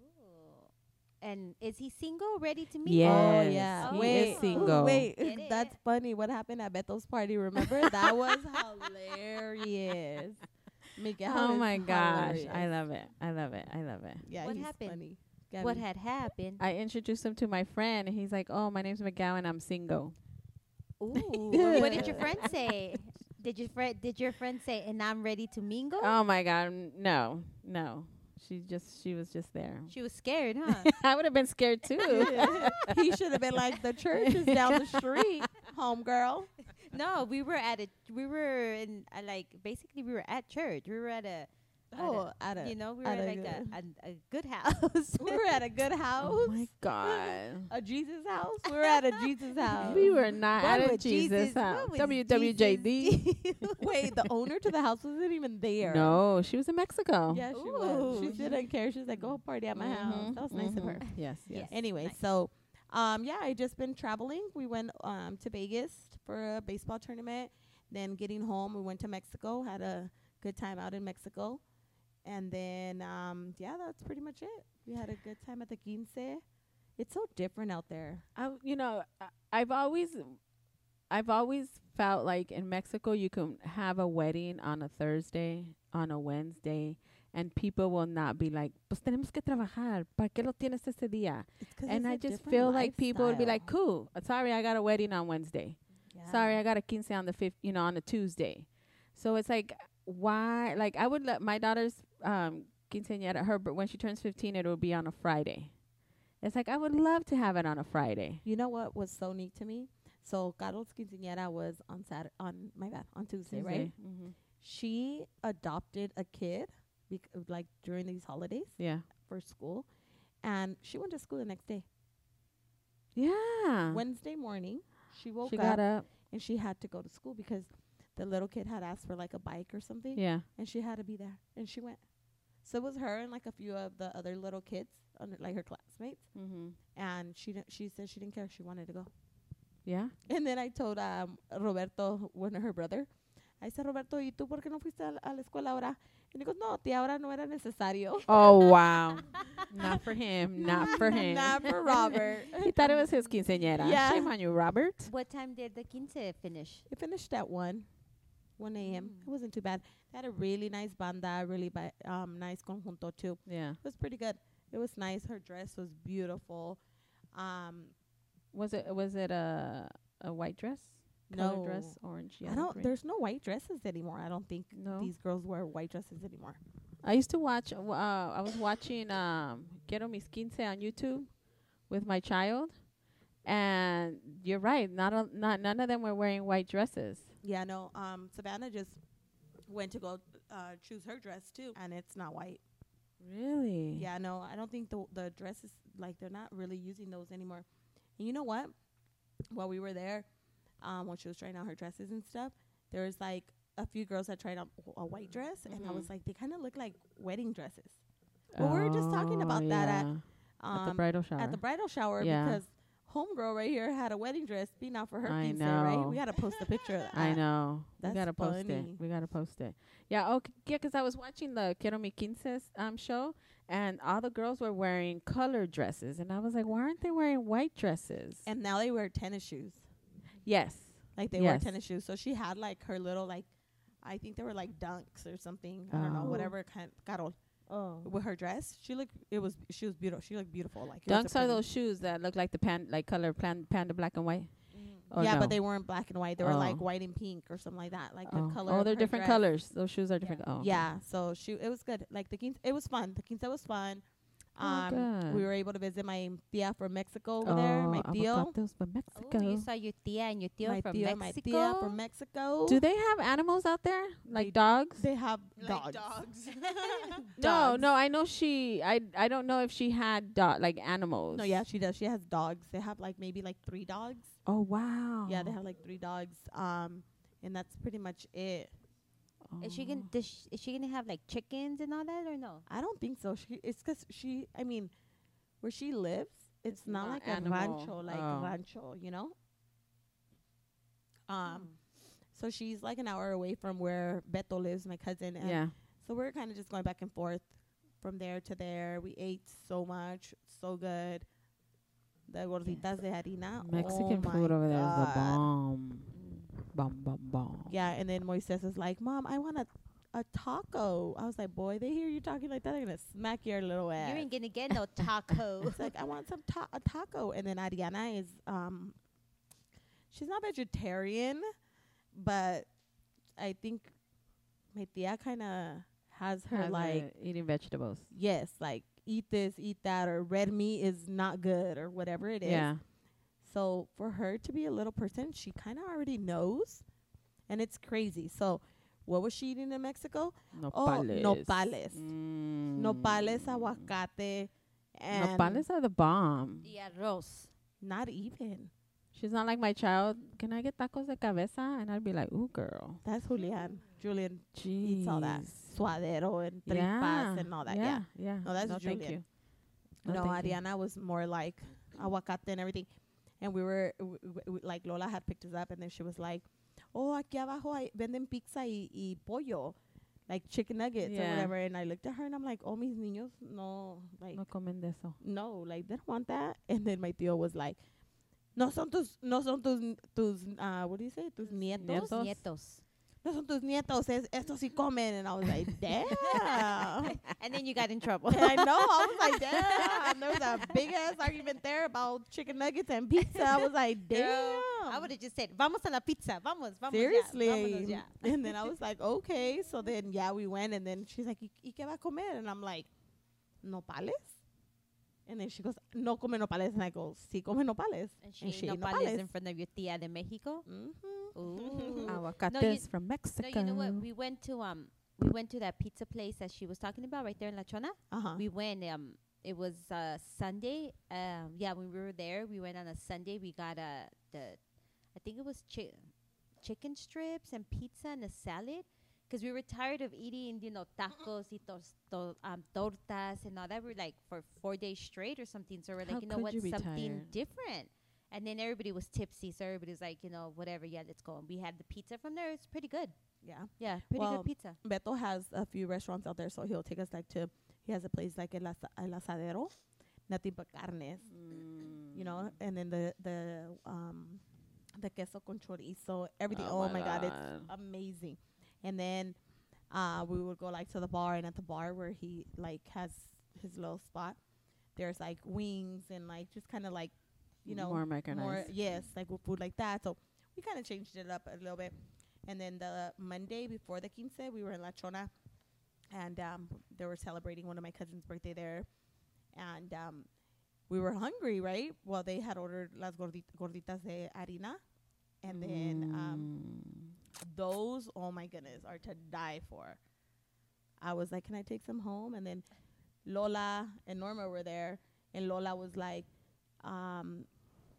Speaker 1: And is he single, ready to meet?
Speaker 3: Yes,
Speaker 4: Oh yeah.
Speaker 1: he
Speaker 3: he
Speaker 1: Wait.
Speaker 3: is
Speaker 1: Ooh,
Speaker 3: single.
Speaker 1: Get it.
Speaker 4: wait, (laughs) that's funny. What happened at Bethel's party? Remember that
Speaker 1: (laughs)
Speaker 4: was hilarious. Miguel.
Speaker 3: Oh
Speaker 4: is
Speaker 3: my gosh, I
Speaker 4: hilarious.
Speaker 3: love it. I love it. I love it.
Speaker 4: Yeah,
Speaker 1: What
Speaker 4: he's
Speaker 1: happened?
Speaker 4: funny.
Speaker 1: What
Speaker 4: Gabby.
Speaker 1: had
Speaker 3: (laughs)
Speaker 1: happened?
Speaker 3: I introduced him to my friend, and he's like, "Oh, my name's Miguel, and I'm single."
Speaker 1: Ooh, what did your friend say? Did your friend did your friend say, and I'm ready to mingle?
Speaker 3: Oh my god, n- no, no. She just she was just there.
Speaker 1: she was scared, (laughs) huh?
Speaker 3: (laughs) I would have been scared too.
Speaker 4: (laughs)
Speaker 1: (laughs)
Speaker 4: he should have been like, the church is down the street, homegirl.
Speaker 1: no, we were at a we were in uh, like basically we were at church. We were at a at a-
Speaker 4: Oh, at a,
Speaker 1: you know we were
Speaker 4: at
Speaker 1: at
Speaker 4: a
Speaker 1: like a, a, a good house.
Speaker 4: (laughs) we were at a good house,
Speaker 3: Oh my God.
Speaker 4: a Jesus house. We were at a
Speaker 1: (laughs)
Speaker 4: Jesus house.
Speaker 3: We were
Speaker 1: (laughs)
Speaker 3: not
Speaker 1: What
Speaker 3: out of
Speaker 1: would
Speaker 3: Jesus.
Speaker 1: what
Speaker 3: huh?
Speaker 1: would
Speaker 3: WWJD.
Speaker 1: Jesus do?
Speaker 4: Wait, the owner to the house wasn't even there.
Speaker 3: No, she was in Mexico.
Speaker 4: Yeah, she was. She
Speaker 1: Ooh.
Speaker 4: didn't care. She was like, "Go party at my house."
Speaker 3: Mhm,
Speaker 4: That was nice of
Speaker 3: mhm.
Speaker 4: her.
Speaker 3: Yes, yes.
Speaker 1: Yes.
Speaker 4: Anyway,
Speaker 1: Nice.
Speaker 4: so um, yeah, I just been traveling. We went um, to Vegas for a baseball tournament. Then getting home, we went to Mexico. Had a good time out in Mexico, and then um, yeah, that's pretty much it. We had a good time at the quince. It's so different out there.
Speaker 3: I, you know, I- I've always, I've always felt like in Mexico you can have a wedding on a Thursday, on a Wednesday, and people will not be like, pues tenemos que trabajar, ¿para qué lo tienes ese día?
Speaker 4: It's 'cause
Speaker 3: And
Speaker 4: it's
Speaker 3: I
Speaker 4: a
Speaker 3: just
Speaker 4: different
Speaker 3: feel like people would be like,
Speaker 4: lifestyle.
Speaker 3: cool, uh, sorry, I got a wedding on Wednesday.
Speaker 4: Yeah.
Speaker 3: Sorry, I got a quince on the fifth, you know, on a Tuesday. So it's like, why? Like, I would let my daughter's um, quinceañera, her, but when she turns 15, it will be on a Friday. It's like, I would love to have it on a Friday.
Speaker 4: You know what was so neat to me? So Carlos quinceañera was on Saturday, on my bad, on Tuesday, right?
Speaker 3: Mm-hmm.
Speaker 4: She adopted a kid, bec- like during these holidays
Speaker 3: Yeah.
Speaker 4: for school, and she went to school the next day.
Speaker 3: Yeah.
Speaker 4: Wednesday morning, she woke
Speaker 3: Uh-huh. she
Speaker 4: up
Speaker 3: got up.
Speaker 4: and she had to go to school because the little kid had asked for like a bike or something,
Speaker 3: Yeah.
Speaker 4: and she had to be there, and she went. So it was her and like a few of the other little kids, on like her classmates,
Speaker 3: Mm-hmm.
Speaker 4: and she didn't, she said she didn't care, she wanted to go. (laughs)
Speaker 3: Yeah.
Speaker 4: And then I told um, Roberto, one of her brother, I said, Roberto, ¿y tú por qué no fuiste a la, a la escuela ahora? And he goes, no, tía, ahora no era necesario. (laughs)
Speaker 3: Oh, (laughs) wow. not for him. Not for him.
Speaker 4: Not
Speaker 3: (laughs)
Speaker 4: for Robert.
Speaker 3: Eh. he thought it was his quinceañera.
Speaker 4: Yeah.
Speaker 3: Shame on you, Robert.
Speaker 1: (laughs)
Speaker 4: (laughs)
Speaker 1: what time did the quince finish?
Speaker 4: it finished at 1, 1
Speaker 3: Mm.
Speaker 4: a.m. It wasn't too bad. They had a really nice banda, really bi- um, nice conjunto too.
Speaker 3: Yeah.
Speaker 4: It was pretty good. It was nice. Her dress was beautiful. Um,
Speaker 3: Was it was it a a white dress? Colored
Speaker 4: no,
Speaker 3: dress, orange, yellow.
Speaker 4: I don't.
Speaker 3: green?
Speaker 4: There's no white dresses anymore. I don't think
Speaker 3: no.
Speaker 4: these girls wear white dresses anymore.
Speaker 3: I used to watch. Uh, I was watching um, Quiero Mis Quince on YouTube with my child, and you're right. Not a, not none of them were wearing white dresses.
Speaker 4: Yeah, no. Um, Savannah just went to go uh, choose her dress too, and it's not white.
Speaker 3: Really?
Speaker 4: Yeah, no. I don't think the the dresses like they're not really using those anymore. And you know what? While we were there, um, when she was trying out her dresses and stuff, there was like a few girls that tried out a white dress, and I
Speaker 3: Mhm.
Speaker 4: was like, they kind of look like wedding dresses Well, we were just talking about that at,
Speaker 3: Oh, yeah.
Speaker 4: um,
Speaker 3: at the bridal shower.
Speaker 4: at the bridal shower
Speaker 3: Yeah.
Speaker 4: because homegirl right here had a wedding dress being out for her
Speaker 3: I
Speaker 4: quince, right?
Speaker 3: know.
Speaker 4: We gotta post a picture of that.
Speaker 3: (laughs) I know.
Speaker 4: Ah, That's
Speaker 3: we gotta post it.
Speaker 4: funny.
Speaker 3: We gotta post it. Yeah. Okay. yeah, 'cause I was watching the Quiero Mi Quinces um show, and all the girls were wearing colored dresses, and I was like, why aren't they wearing white dresses?
Speaker 4: And now they wear tennis shoes.
Speaker 3: yes.
Speaker 4: Like they wear
Speaker 3: Yes.
Speaker 4: tennis shoes. So she had like her little like I think they were like dunks or something. I don't know,
Speaker 3: Oh.
Speaker 4: whatever kind Carol.
Speaker 2: Oh.
Speaker 4: With her dress. She looked it was she was beautiful. She looked beautiful. Like it was a
Speaker 3: Dunks are
Speaker 4: pretty-
Speaker 3: those shoes that look like the pan, like color plan, panda black and white. Or
Speaker 4: Mm-hmm. Yeah,
Speaker 3: oh, no?
Speaker 4: but they weren't black and white. They were like
Speaker 3: Oh.
Speaker 4: white and pink or something like that. Like
Speaker 3: oh.
Speaker 4: the color.
Speaker 3: Oh,
Speaker 4: of
Speaker 3: they're
Speaker 4: her
Speaker 3: different
Speaker 4: dress.
Speaker 3: colors. Those shoes are different. Oh, okay.
Speaker 4: Yeah. So she it was good. Like the quince it was fun. The quince was fun.
Speaker 3: Oh,
Speaker 4: Um we
Speaker 3: good.
Speaker 4: were able to visit my tia from Mexico over there, my
Speaker 3: Oh,
Speaker 4: tío.
Speaker 3: avocados from
Speaker 1: Oh, you
Speaker 3: Mexico.
Speaker 1: saw your tia and your tio
Speaker 4: My
Speaker 1: from
Speaker 4: tía, my
Speaker 1: Mexico.
Speaker 4: tia from Mexico.
Speaker 3: Do they have animals out there like dogs?
Speaker 4: they have
Speaker 2: Like
Speaker 4: dogs.
Speaker 2: dogs.
Speaker 3: No,
Speaker 4: Dogs.
Speaker 3: no. I know she. I I don't know if she had dog like animals.
Speaker 4: No, yeah, she does. She has dogs. They have like maybe like three dogs.
Speaker 3: Oh wow.
Speaker 4: Yeah, they have like three dogs. Um, and that's pretty much it.
Speaker 1: Is she gonna does sh- is she gonna have like chickens and all that or no?
Speaker 4: I don't think so. She it's 'cause she. I mean, where she lives, it's,
Speaker 3: It's
Speaker 4: not,
Speaker 3: not
Speaker 4: like
Speaker 3: animal.
Speaker 4: a rancho, like
Speaker 3: Oh.
Speaker 4: rancho, you know. Um,
Speaker 3: Hmm.
Speaker 4: so she's like an hour away from where Beto lives, my cousin, and
Speaker 3: Yeah.
Speaker 4: so we're kind of just going back and forth from there to there. We ate so much, so good. The gorditas de harina, oh
Speaker 3: Mexican
Speaker 4: my
Speaker 3: food over there is the
Speaker 4: God. Mm.
Speaker 3: bomb. Bomb bomb bomb.
Speaker 4: Yeah, and then Moises was like, "Mom, I want a, a taco." I was like, "Boy, they hear you talking like that, they're gonna smack your little ass."
Speaker 1: You ain't gonna get
Speaker 4: (laughs)
Speaker 1: no taco.
Speaker 4: it's like I want some ta- a taco, and then Ariana is um, she's not vegetarian, but I think my tia kind of has her
Speaker 3: Has
Speaker 4: like
Speaker 3: it eating vegetables.
Speaker 4: yes, like eat this, eat that, or red meat is not good, or whatever it is.
Speaker 3: Yeah.
Speaker 4: So for her to be a little person, she kind of already knows, and it's crazy. So what was she eating in Mexico?
Speaker 3: Nopales.
Speaker 4: Oh, nopales.
Speaker 3: Mm.
Speaker 4: Nopales, aguacate, and
Speaker 3: Nopales are the bomb.
Speaker 1: Y arroz.
Speaker 4: Not even.
Speaker 3: She's not like my child. Can I get tacos de cabeza? And I'd be like, ooh, girl.
Speaker 4: That's Julian. Julian
Speaker 3: Jeez.
Speaker 4: eats all that suadero and tripas and all that. Yeah.
Speaker 3: Yeah. Yeah.
Speaker 4: No, that's
Speaker 3: thank
Speaker 4: Julian.
Speaker 3: you.
Speaker 4: No,
Speaker 3: thank you.
Speaker 4: Ariana was more like aguacate and everything. And we were, w- w- w- like, Lola had picked us up, and then she was like, Oh, aquí abajo hay, venden pizza y, y pollo, like chicken nuggets or
Speaker 3: Yeah.
Speaker 4: whatever. And I looked at her and I'm like, Oh, mis niños, no, like,
Speaker 3: No comen de eso.
Speaker 4: no, like, they don't want that. And then my tío was like, No son tus, no son tus, tus, uh, what do you say? Tus nietos.
Speaker 1: Los
Speaker 3: Nietos.
Speaker 1: nietos.
Speaker 4: No son tus nietos, es, estos sí comen. And I was like, (laughs) Damn.
Speaker 1: And then you got in trouble.
Speaker 4: And (laughs) I know. I was like, damn. There was a big ass argument there about chicken nuggets and pizza. I was like,
Speaker 1: (laughs) (laughs) Girl,
Speaker 4: damn.
Speaker 1: I would have just said, vamos a la pizza, vamos, vamos. ya, vámonos
Speaker 4: Seriously.
Speaker 1: ya."
Speaker 4: (laughs) And then I was like, okay. So then, yeah, we went. And then she's like, ¿y y qué va a comer? And I'm like, ¿nopales? And then she goes, no come nopales. And I go, sí come nopales.
Speaker 1: And she,
Speaker 4: And she
Speaker 1: ate
Speaker 4: ate
Speaker 1: nopales,
Speaker 4: nopales.
Speaker 1: in front of your tía de
Speaker 4: (laughs)
Speaker 1: Mexico.
Speaker 4: hmm
Speaker 1: Ooh.
Speaker 3: Aguacates
Speaker 1: you-
Speaker 3: from
Speaker 1: no,
Speaker 3: Mexico.
Speaker 1: you know what? We went to um, we went to that pizza place that she was talking about right there in La Chona.
Speaker 4: Uh-huh.
Speaker 3: Ah.
Speaker 1: We went um, it was uh Sunday. Um, yeah, when we were there, we went on a Sunday. We got uh the, I think it was chi- chicken strips and pizza and a salad. Because we were tired of eating, you know, tacos y tos, to, um, tortas and all that. We were like for four days straight or something. So we're like,
Speaker 3: How
Speaker 1: you know
Speaker 3: could
Speaker 1: what,
Speaker 3: you be
Speaker 1: something
Speaker 3: tired?
Speaker 1: different. And then everybody was tipsy. So everybody was like, you know, whatever, yeah, let's go. And we had the pizza from there. It's pretty good.
Speaker 4: yeah.
Speaker 1: Yeah, pretty
Speaker 4: Well,
Speaker 1: good pizza.
Speaker 4: Beto has a few restaurants out there, so he'll take us like to. He has a place like El, Asa- El Asadero, nothing but carnes, you know, and then the the um the queso con chorizo, everything. Oh, my god. it's amazing. And then uh we would go like to the bar, and at the bar where he like has his little spot, there's like wings and like just kind of like you know
Speaker 3: more Americanized.
Speaker 4: more yes like with food like that so we kind of changed it up a little bit and then the monday before the quince we were in la chona and um, they were celebrating one of my cousin's birthday there and um, we were hungry right well they had ordered las gordi- gorditas de harina and then um,
Speaker 3: Mm.
Speaker 4: those oh my goodness are to die for i was like can i take some home and then lola and norma were there and lola was like um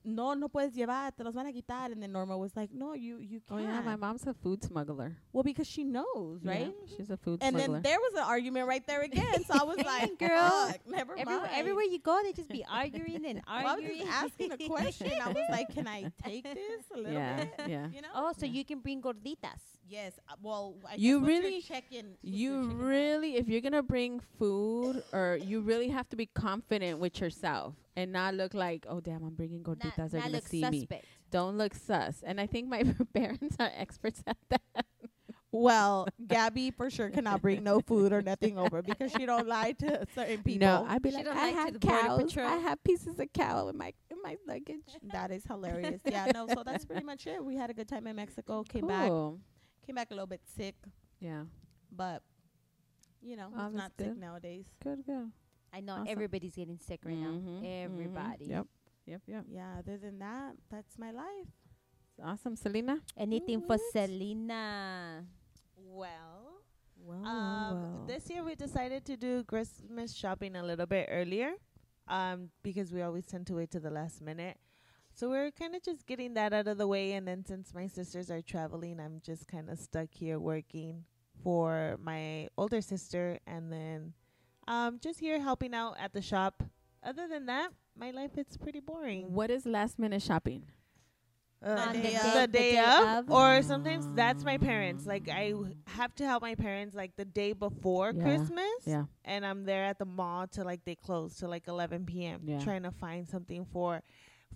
Speaker 4: no no puedes llevar te los van a quitar and then norma was like no you you
Speaker 3: oh
Speaker 4: can't
Speaker 3: yeah, my mom's a food smuggler.
Speaker 4: well because she knows
Speaker 3: Yeah,
Speaker 4: right
Speaker 1: Mm-hmm.
Speaker 3: she's a food
Speaker 4: and
Speaker 3: smuggler.
Speaker 4: then there was an argument right there again so
Speaker 3: (laughs)
Speaker 4: i was like
Speaker 1: Girl,
Speaker 4: fuck, never
Speaker 1: Everywhere,
Speaker 4: mind
Speaker 1: everywhere you go, they just be arguing (laughs) and
Speaker 4: well, I was
Speaker 1: arguing.
Speaker 4: just
Speaker 3: (laughs)
Speaker 4: asking a
Speaker 1: (laughs)
Speaker 4: question. I was like, "Can I take this a little
Speaker 3: yeah,
Speaker 4: bit?"
Speaker 3: yeah.
Speaker 4: You know?
Speaker 1: Oh, so you can bring gorditas.
Speaker 4: Yes. uh, Well, I guess
Speaker 3: You
Speaker 4: once you're
Speaker 3: really-
Speaker 4: checking.
Speaker 3: You
Speaker 4: really.
Speaker 3: really, if you're gonna bring food, or you really have to be confident with yourself and not look like, oh damn, I'm bringing gorditas.
Speaker 1: Not,
Speaker 3: They're
Speaker 1: not
Speaker 3: gonna
Speaker 1: look
Speaker 3: see me.
Speaker 1: suspect.
Speaker 3: Don't look sus. And I think my (laughs) parents are experts at that.
Speaker 4: Well, Gabby for sure cannot bring no food or nothing over because she don't lie to certain people.
Speaker 3: No, I'd be
Speaker 1: She
Speaker 3: like,
Speaker 1: don't
Speaker 3: I
Speaker 1: like to
Speaker 3: have
Speaker 1: the Border
Speaker 3: cows.
Speaker 1: Patrol."
Speaker 3: I have pieces of cow in my in my luggage.
Speaker 4: that is hilarious. Yeah, no. So that's pretty much it. We had a good time in Mexico. Came back,
Speaker 3: Cool.
Speaker 4: came back a little bit sick,
Speaker 3: Yeah.
Speaker 4: but you know,
Speaker 3: Oh,
Speaker 4: who's
Speaker 3: that's
Speaker 4: not sick
Speaker 3: good.
Speaker 4: nowadays.
Speaker 3: Good. Good.
Speaker 1: I know
Speaker 3: Awesome.
Speaker 1: everybody's getting sick right
Speaker 3: Mhm,
Speaker 1: now.
Speaker 3: mhm.
Speaker 1: Everybody.
Speaker 3: Yep. Yep. Yep.
Speaker 4: Yeah. Other than that, that's my life.
Speaker 3: Awesome, Selena.
Speaker 1: Anything for Selena?
Speaker 2: Well,
Speaker 3: Well,
Speaker 2: Um, this year we decided to do Christmas shopping a little bit earlier, um, because we always tend to wait to the last minute. So we're kind of just getting that out of the way, and then since my sisters are traveling, I'm just kind of stuck here working for my older sister, and then um, just here helping out at the shop. Other than that, my life it's pretty boring.
Speaker 3: what is last minute shopping?
Speaker 2: Uh,
Speaker 4: On the
Speaker 2: the,
Speaker 4: day
Speaker 2: day,
Speaker 1: of-
Speaker 2: the
Speaker 1: the
Speaker 2: day
Speaker 1: day
Speaker 2: of,
Speaker 1: of.
Speaker 2: or sometimes that's my parents. Like I w- have to help my parents like the day before
Speaker 3: Yeah,
Speaker 2: Christmas,
Speaker 3: yeah.
Speaker 2: and I'm there at the mall till like they close till like 11 p.m.
Speaker 3: Yeah.
Speaker 2: trying to find something for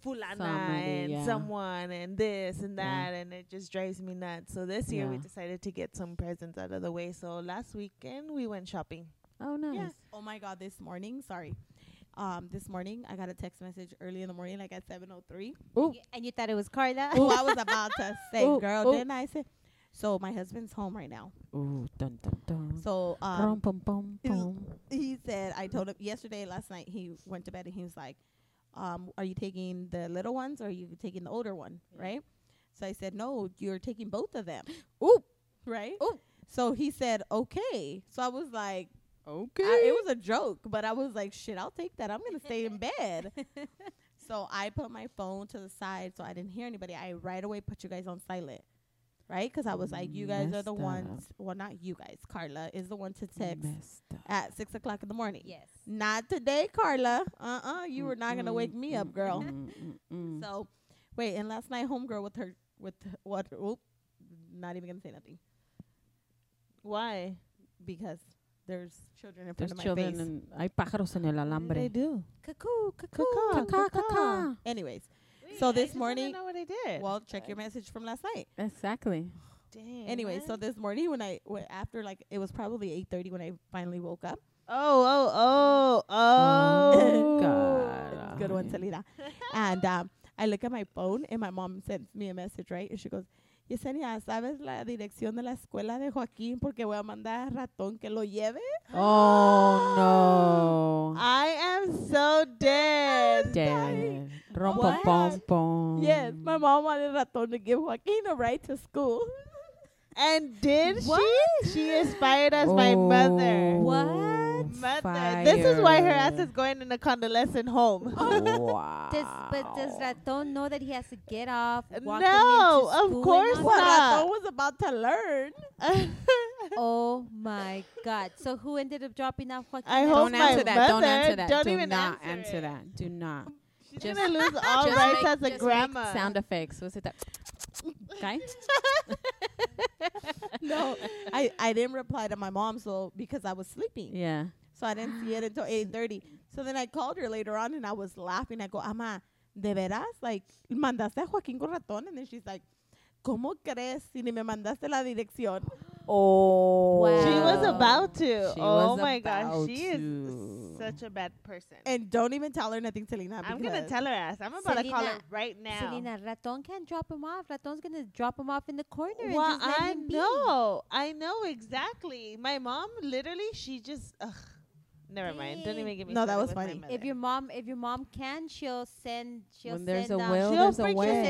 Speaker 2: fulana
Speaker 3: Somebody,
Speaker 2: and
Speaker 3: yeah.
Speaker 2: someone and this and
Speaker 3: Yeah.
Speaker 2: that, and it just drives me nuts. So this year we
Speaker 3: Yeah.
Speaker 2: decided to get some presents out of the way. So last weekend we went shopping.
Speaker 3: Oh, nice.
Speaker 2: Yeah.
Speaker 4: Oh my God! This morning, sorry. Um, this morning I got a text message early in the morning, like at seven oh three. (laughs)
Speaker 3: Ooh.
Speaker 1: Y- And you thought it was Carla?
Speaker 4: Oh, I was about to say,
Speaker 3: (laughs) Ooh,
Speaker 4: girl,
Speaker 3: ooh.
Speaker 4: didn't I say? So my husband's home right now.
Speaker 3: Ooh, dun dun dun.
Speaker 4: So
Speaker 3: Brum,
Speaker 4: um,
Speaker 3: bum, bum,
Speaker 4: is-
Speaker 3: bum. Mm-hmm.
Speaker 4: he said, I told him yesterday, last night, he went to bed and he was like, um, are you taking the little ones or are you taking the older one, right? So I said, no, you're taking both of them.
Speaker 3: (gasps) Ooh.
Speaker 4: Right?
Speaker 3: Ooh.
Speaker 4: So he said, okay. So I was like,
Speaker 3: Okay.
Speaker 4: I, it was a joke, but I was like, shit, I'll take that. I'm going to stay in
Speaker 3: (laughs)
Speaker 4: bed. So I put my phone to the side so I didn't hear anybody. I right away put you guys on silent, right? Because I was like, you guys are
Speaker 3: Messed
Speaker 4: the
Speaker 3: up.
Speaker 4: ones, well, not you guys. Carla is the one to text
Speaker 3: Messed up.
Speaker 4: at six o'clock in the morning.
Speaker 1: (laughs) Yes.
Speaker 4: Not today, Carla. Uh uh You were not going to wake me up,
Speaker 3: (laughs)
Speaker 4: girl.
Speaker 3: Mm, mm, mm.
Speaker 4: So, wait, and last night, homegirl with her, with her- what? Oop, not even going to say nothing
Speaker 2: Why?
Speaker 4: because there's children in
Speaker 3: There's
Speaker 4: front of my
Speaker 3: children
Speaker 4: face.
Speaker 3: and hay pájaros en el
Speaker 2: They
Speaker 3: alambre.
Speaker 2: do.
Speaker 1: Cuckoo, cuckoo.
Speaker 2: Caca,
Speaker 3: Caca,
Speaker 2: caca.
Speaker 3: caca.
Speaker 4: Anyways, So
Speaker 2: I
Speaker 4: this
Speaker 2: just wanna
Speaker 4: morning-
Speaker 2: know what I did.
Speaker 4: well, check your message from last night.
Speaker 3: Exactly.
Speaker 2: Dang,
Speaker 4: Anyway, so
Speaker 2: what?
Speaker 4: this morning when I w- after like it was probably 8:30 when I finally woke up.
Speaker 2: oh, oh, oh, oh.
Speaker 3: (laughs) Oh, God.
Speaker 4: Good one, Celina. and um, I look at my phone and my mom sends me a message, right? And she goes, Yesenia, ¿sabes la dirección de la escuela de Joaquín? Porque voy a mandar a ratón que lo lleve.
Speaker 3: Oh no.
Speaker 2: I am so dead.
Speaker 3: Dead. Rompo
Speaker 4: What?
Speaker 3: pom pom.
Speaker 4: Yes, my mom wanted ratón to give Joaquín a ride to school. (laughs)
Speaker 2: And did
Speaker 1: What?
Speaker 2: she? She inspired us my mother.
Speaker 3: Oh,
Speaker 1: What?
Speaker 2: Mother. This is why her ass
Speaker 3: fire.
Speaker 2: is going in a convalescent
Speaker 3: (laughs)
Speaker 2: home. (laughs)
Speaker 3: wow.
Speaker 1: Does, but does Raton know that he has to get off? Walk
Speaker 2: No,
Speaker 1: him into
Speaker 2: of
Speaker 1: school and
Speaker 2: course
Speaker 1: all
Speaker 4: (laughs) What
Speaker 1: that?
Speaker 2: not.
Speaker 4: ratón was about to learn.
Speaker 1: Oh my God! So who ended up dropping off Joaquin?
Speaker 2: I
Speaker 1: at
Speaker 2: hope
Speaker 3: Don't
Speaker 1: school?
Speaker 2: my
Speaker 3: answer that. Don't
Speaker 2: mother
Speaker 3: answer that.
Speaker 2: don't
Speaker 3: Do
Speaker 2: even
Speaker 3: not
Speaker 2: answer
Speaker 3: answer
Speaker 2: it.
Speaker 3: that. Do not.
Speaker 2: She's
Speaker 3: Just-
Speaker 2: gonna
Speaker 3: (laughs)
Speaker 2: lose all
Speaker 3: Just
Speaker 2: rights as
Speaker 3: make-
Speaker 2: a
Speaker 3: just make
Speaker 2: grandma.
Speaker 3: Sound effects. Was it that? Okay.
Speaker 4: no, I, I didn't reply to my mom so because I was sleeping.
Speaker 3: Yeah.
Speaker 4: So I didn't see it until 8:30. So then I called her later on and I was laughing. I go, "Ama, de veras? Like, mandaste a Joaquín con ratón?" And then she's like, "¿Cómo crees si ni me mandaste la dirección?"
Speaker 3: Oh.
Speaker 1: Wow.
Speaker 2: She was
Speaker 1: Wow.
Speaker 2: about to.
Speaker 3: She
Speaker 2: oh
Speaker 3: was
Speaker 2: my gosh,
Speaker 3: about
Speaker 2: she
Speaker 3: to.
Speaker 2: is such a bad person.
Speaker 4: And don't even tell her nothing, Selena.
Speaker 2: I'm gonna
Speaker 4: because-
Speaker 2: tell her ass. I'm about to call her
Speaker 1: Selena-
Speaker 2: right now.
Speaker 1: Selena, Raton can't drop him off. Raton's gonna drop him off in the corner.
Speaker 2: Well,
Speaker 1: and just let
Speaker 2: I
Speaker 1: him be.
Speaker 2: know, I know exactly. My mom literally, she just, ugh, never mind. Don't
Speaker 1: Dang.
Speaker 2: even give me.
Speaker 4: No, that
Speaker 2: started
Speaker 4: was
Speaker 2: with my
Speaker 4: funny.
Speaker 2: mother.
Speaker 1: If (laughs) your mom, if your mom can, she'll send. She'll
Speaker 3: When there's a
Speaker 1: send, um,
Speaker 3: will,
Speaker 2: She'll
Speaker 3: there's a
Speaker 2: freaking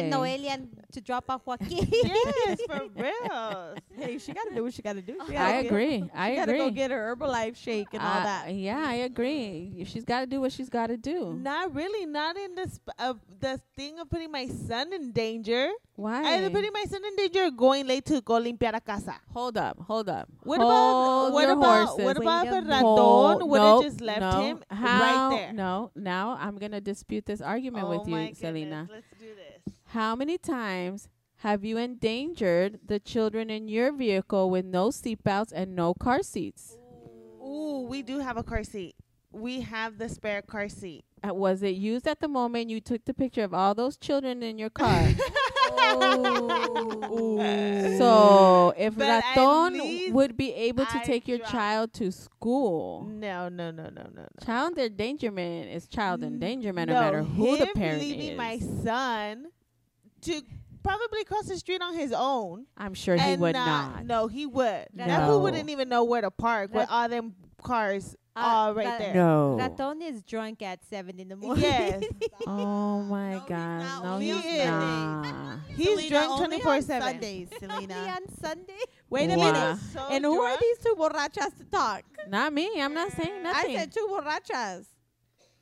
Speaker 1: She'll
Speaker 3: way.
Speaker 1: send Noelia n- to drop
Speaker 2: (laughs)
Speaker 1: off Joaquin.
Speaker 2: (laughs)
Speaker 1: (laughs)
Speaker 2: yes, for real.
Speaker 4: (laughs) Hey, she gotta do what she gotta do. She gotta
Speaker 3: I
Speaker 4: get-
Speaker 3: agree. I
Speaker 4: She gotta
Speaker 3: agree.
Speaker 4: go get her Herbalife shake and all
Speaker 3: Uh, (laughs)
Speaker 4: that.
Speaker 3: Yeah, I agree. She's got to do what she's got to do.
Speaker 2: Not really. Not in this uh, the thing of putting my son in danger.
Speaker 3: Why?
Speaker 2: Either putting my son in danger or going late to go limpiar a casa.
Speaker 3: Hold up, hold up.
Speaker 2: What
Speaker 3: Hold
Speaker 2: about what
Speaker 3: your
Speaker 2: about
Speaker 3: horses.
Speaker 2: what about
Speaker 1: Wait a
Speaker 2: if
Speaker 1: minute.
Speaker 2: Randon would have
Speaker 3: Hold-
Speaker 2: just left
Speaker 3: no,
Speaker 2: him
Speaker 3: How?
Speaker 2: right there?
Speaker 3: No, now I'm gonna dispute this argument
Speaker 2: oh
Speaker 3: with
Speaker 2: my
Speaker 3: you,
Speaker 2: goodness,
Speaker 3: Selena.
Speaker 2: Let's do this.
Speaker 3: How many times have you endangered the children in your vehicle with no seatbelts and no car seats?
Speaker 2: Ooh, we do have a car seat. We have the spare car seat.
Speaker 3: Uh, Was it used at the moment you took the picture of all those children in
Speaker 2: (laughs)
Speaker 3: your car? So if
Speaker 2: But at
Speaker 3: Raton
Speaker 2: least
Speaker 3: would be able to
Speaker 2: I
Speaker 3: take your
Speaker 2: drive.
Speaker 3: child to school.
Speaker 2: (laughs) No, no, no, no, no.
Speaker 3: Child endangerment is child endangerment,
Speaker 2: Mm, no,
Speaker 3: no, matter who the
Speaker 2: him
Speaker 3: parent
Speaker 2: leaving
Speaker 3: is.
Speaker 2: my son to probably cross the street on his own.
Speaker 3: I'm sure he
Speaker 2: and
Speaker 3: would not.
Speaker 2: No, he would.
Speaker 1: No.
Speaker 2: That fool wouldn't even know where to park with all them
Speaker 3: (laughs)
Speaker 2: cars all Oh, right
Speaker 1: Ra-
Speaker 2: there.
Speaker 3: No.
Speaker 1: Uh,
Speaker 2: (laughs)
Speaker 1: Raton is drunk at seven in the morning. (laughs)
Speaker 2: Yes,
Speaker 3: Oh my
Speaker 4: he's
Speaker 3: God.
Speaker 4: not.
Speaker 3: no,
Speaker 2: He
Speaker 3: he's
Speaker 2: is.
Speaker 3: not.
Speaker 2: he's drunk
Speaker 4: only
Speaker 2: twenty
Speaker 4: on
Speaker 2: four seven.
Speaker 3: (laughs)
Speaker 4: Sundays,
Speaker 1: Only
Speaker 4: Selena.
Speaker 1: on Sunday.
Speaker 4: Wait a
Speaker 3: Wow.
Speaker 4: minute. And who are these two borrachas to talk?
Speaker 3: not me. I'm not saying nothing.
Speaker 4: I said two borrachas.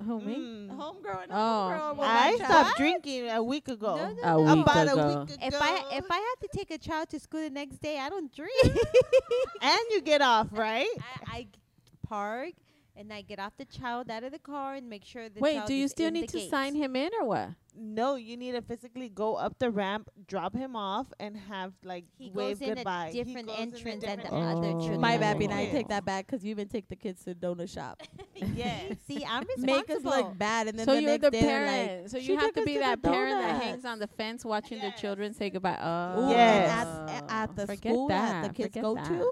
Speaker 3: who
Speaker 2: mm,
Speaker 3: me?
Speaker 4: Homegirl and
Speaker 3: Oh.
Speaker 4: homegirl. were
Speaker 2: Hmm. I
Speaker 4: borrachas.
Speaker 2: stopped drinking a week ago.
Speaker 1: No, no,
Speaker 3: A
Speaker 1: no.
Speaker 3: week
Speaker 2: About a
Speaker 3: ago.
Speaker 2: week ago.
Speaker 1: If I if I had to take a child to school the next day, I don't
Speaker 2: (laughs)
Speaker 1: drink.
Speaker 2: and you get off, right?
Speaker 1: I, I g- park and I get off the child out of the car and make sure the
Speaker 3: Wait,
Speaker 1: child
Speaker 3: do you
Speaker 1: is
Speaker 3: still
Speaker 1: in the
Speaker 3: need to
Speaker 1: gate.
Speaker 3: sign him in or what?
Speaker 2: No, you need to physically go up the ramp, drop him off, and have like
Speaker 1: He
Speaker 2: wave
Speaker 1: goes in
Speaker 2: goodbye.
Speaker 1: a
Speaker 2: He
Speaker 1: different
Speaker 2: goes in a
Speaker 1: entrance than the
Speaker 2: different
Speaker 3: entrance.
Speaker 1: other
Speaker 3: Oh.
Speaker 1: children.
Speaker 4: My
Speaker 3: Yeah.
Speaker 4: bad, and I
Speaker 2: Yeah.
Speaker 4: take that back because you even take the kids to donut shop.
Speaker 2: Oh. Yes.
Speaker 1: See,
Speaker 3: (laughs)
Speaker 1: I'm responsible.
Speaker 4: Make us look bad, and then
Speaker 3: so
Speaker 4: the
Speaker 3: you're
Speaker 4: next
Speaker 3: the
Speaker 4: day they're like,
Speaker 3: parent. so
Speaker 4: "She
Speaker 3: you have
Speaker 4: took
Speaker 3: to
Speaker 4: us
Speaker 3: be
Speaker 4: to the
Speaker 3: that parent that
Speaker 4: donuts."
Speaker 3: hangs on the fence watching
Speaker 2: Yes.
Speaker 3: the children say goodbye.
Speaker 4: Ooh,
Speaker 3: Oh,
Speaker 4: and
Speaker 2: Yes.
Speaker 4: At, at the
Speaker 3: Forget
Speaker 4: school that,
Speaker 3: that.
Speaker 4: the kids
Speaker 3: Forget
Speaker 4: go
Speaker 3: that.
Speaker 4: to,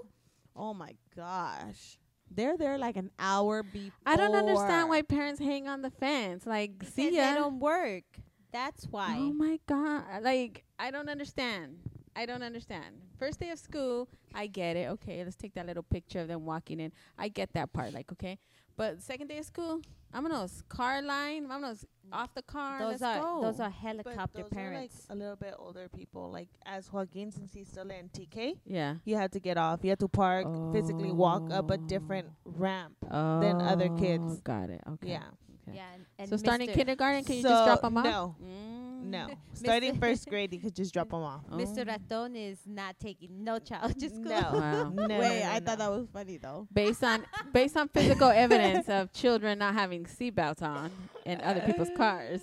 Speaker 4: oh my gosh, they're there like an hour before.
Speaker 3: I don't understand why parents hang on the fence. Like,
Speaker 1: Because
Speaker 3: see
Speaker 1: They
Speaker 3: ya.
Speaker 1: don't work. That's why.
Speaker 3: Oh my god! Like I don't understand. I don't understand. First day of school, I get it. Okay, let's take that little picture of them walking in. I get that part. Like okay, but second day of school, I'm gonna car line. I'm gonna off the car.
Speaker 1: Those
Speaker 3: let's
Speaker 1: are
Speaker 3: go.
Speaker 1: those are
Speaker 2: But
Speaker 1: helicopter
Speaker 2: those are like
Speaker 1: parents.
Speaker 2: a little bit older people. Like as Joaquin, since he's still in TK,
Speaker 3: yeah.
Speaker 2: you had to get off. You had to park, physically walk up a different ramp. Than other kids.
Speaker 3: Oh, Got it. Okay.
Speaker 2: Yeah.
Speaker 3: Okay.
Speaker 1: yeah, and, and
Speaker 3: so starting
Speaker 1: Mr.
Speaker 3: kindergarten, can you
Speaker 2: So,
Speaker 3: just drop them off?
Speaker 2: No,
Speaker 3: Mm.
Speaker 2: no. Starting first grade, you could just drop them off.
Speaker 3: Oh.
Speaker 1: Mr. Raton is not taking no child to school.
Speaker 2: No.
Speaker 3: Wow.
Speaker 2: No, no,
Speaker 4: Wait,
Speaker 2: no,
Speaker 4: I
Speaker 2: no.
Speaker 4: thought that was funny though.
Speaker 3: based on based on physical evidence of children not having seatbelts on in other people's cars.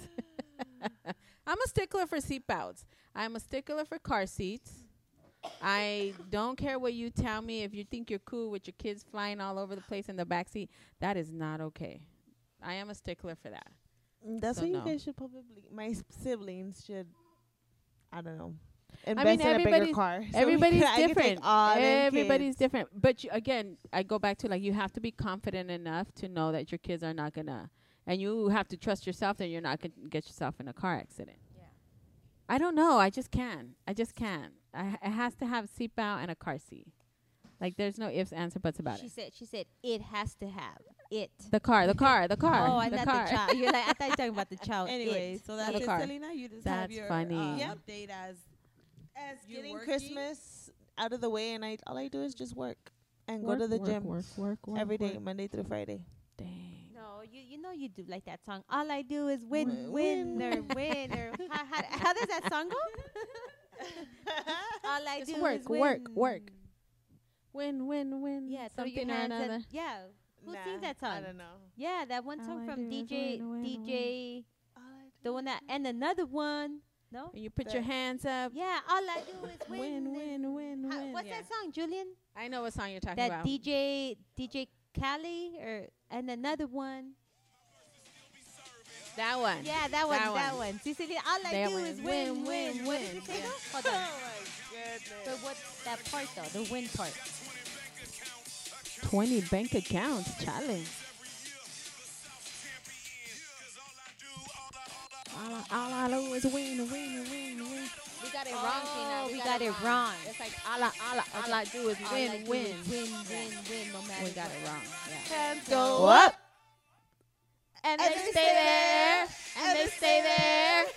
Speaker 3: (laughs) I'm a stickler for seatbelts. I'm a stickler for car seats. I don't care what you tell me. If you think you're cool with your kids flying all over the place in the back seat, that is not okay. I am a stickler for that.
Speaker 2: Mm, That's
Speaker 3: So
Speaker 2: what you
Speaker 3: no.
Speaker 2: guys should probably. My s- siblings should. I don't know.
Speaker 3: mean,
Speaker 2: Invest in a bigger
Speaker 3: everybody's-
Speaker 2: car. (laughs) so
Speaker 1: (laughs)
Speaker 2: we
Speaker 3: Everybody's
Speaker 2: could- I could take
Speaker 3: different.
Speaker 2: all them
Speaker 3: Everybody's
Speaker 2: kids.
Speaker 3: different. But you, again, I go back to like you have to be confident enough to know that your kids are not gonna, and you have to trust yourself that you're not gonna get yourself in a car accident.
Speaker 1: Yeah.
Speaker 3: I don't know. I just can. I just can. I, it has to have seatbelt and a car seat. Like there's no ifs, ands, or buts (laughs) about
Speaker 1: She
Speaker 3: it.
Speaker 1: said, she said, it has to have it.
Speaker 3: The car. The car. The car.
Speaker 1: oh, and
Speaker 3: the
Speaker 1: not
Speaker 3: car.
Speaker 1: the child. You're like, I thought you were talking
Speaker 2: (laughs)
Speaker 1: about the
Speaker 3: Oh,
Speaker 1: child.
Speaker 4: Anyway,
Speaker 1: it.
Speaker 4: so that's
Speaker 3: the
Speaker 4: it,
Speaker 3: car.
Speaker 4: Selena. You just have
Speaker 3: That's
Speaker 4: your
Speaker 3: funny.
Speaker 4: uh,
Speaker 2: Yep.
Speaker 4: update as
Speaker 2: As
Speaker 4: You
Speaker 2: getting
Speaker 4: working?
Speaker 2: Christmas out of the way, and I all I do is just work and
Speaker 3: Work,
Speaker 2: go to the
Speaker 3: work,
Speaker 2: gym every day,
Speaker 3: Work. (laughs) Work. Work. work.
Speaker 2: Monday through Friday.
Speaker 3: Dang.
Speaker 1: no, you you know you do like that song. All I do is win,
Speaker 2: Win.
Speaker 1: winner, winner. How, how, how does that song go?
Speaker 2: (laughs)
Speaker 1: All I
Speaker 3: Just
Speaker 1: do
Speaker 3: work,
Speaker 1: is
Speaker 3: work,
Speaker 1: win.
Speaker 3: work. Win. Win. Win.
Speaker 1: Yeah, throw your
Speaker 3: Something or
Speaker 1: hands up.
Speaker 3: another.
Speaker 1: Yeah, Who
Speaker 2: Nah,
Speaker 1: sings that
Speaker 2: I
Speaker 1: song?
Speaker 2: don't know.
Speaker 1: yeah, that one
Speaker 3: All
Speaker 1: song
Speaker 3: I
Speaker 1: from
Speaker 3: do is
Speaker 1: DJ
Speaker 3: win, win, win.
Speaker 1: DJ the one that and another one. No.
Speaker 3: And you put your hands up.
Speaker 1: Yeah, all I do is win.
Speaker 3: Win, win, win,
Speaker 1: How-
Speaker 3: win.
Speaker 1: what's that song, Julian?
Speaker 3: I know what song you're talking
Speaker 1: that
Speaker 3: about.
Speaker 1: DJ DJ Cali or and another one.
Speaker 3: that one.
Speaker 1: Yeah, that one,
Speaker 3: That
Speaker 1: that,
Speaker 3: one.
Speaker 1: one. See, Celia, all I
Speaker 3: That
Speaker 1: do
Speaker 3: one.
Speaker 1: is win,
Speaker 3: Win,
Speaker 1: win,
Speaker 3: win,
Speaker 1: win. Oh What did you say?
Speaker 3: win. Yeah.
Speaker 1: though? (laughs) Hold on. But what that part though, the win part.
Speaker 3: 20 bank accounts challenge. All I, all I do is win, win, win, win. We got it wrong, Gina.
Speaker 1: Oh, We, got, it wrong.
Speaker 3: It's like all I, all I, all I do is
Speaker 1: All I
Speaker 3: win,
Speaker 1: do
Speaker 3: win.
Speaker 1: is win, win, win, no matter
Speaker 3: We got
Speaker 1: what.
Speaker 3: it wrong. Yeah.
Speaker 2: Go up.
Speaker 3: And, they, stay there. And they stay there.
Speaker 1: (laughs)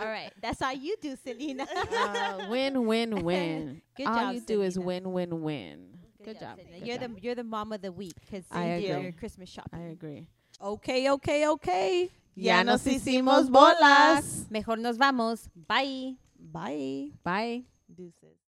Speaker 1: All right, that's how you do,
Speaker 3: (laughs)
Speaker 1: Selena.
Speaker 3: Uh, win, (laughs) win, win.
Speaker 1: Good
Speaker 3: all
Speaker 1: job,
Speaker 3: you do is
Speaker 1: Selena.
Speaker 3: win, win, win. Good, job.
Speaker 1: Selena.
Speaker 3: good
Speaker 1: you're
Speaker 3: job.
Speaker 1: the you're the mom of the week because
Speaker 3: I agree.
Speaker 1: your Christmas shopping.
Speaker 3: I agree.
Speaker 4: okay, okay, okay.
Speaker 2: Ya nos hicimos bolas.
Speaker 1: Mejor nos vamos. Bye.
Speaker 4: Bye.
Speaker 3: Bye.
Speaker 2: Deuces.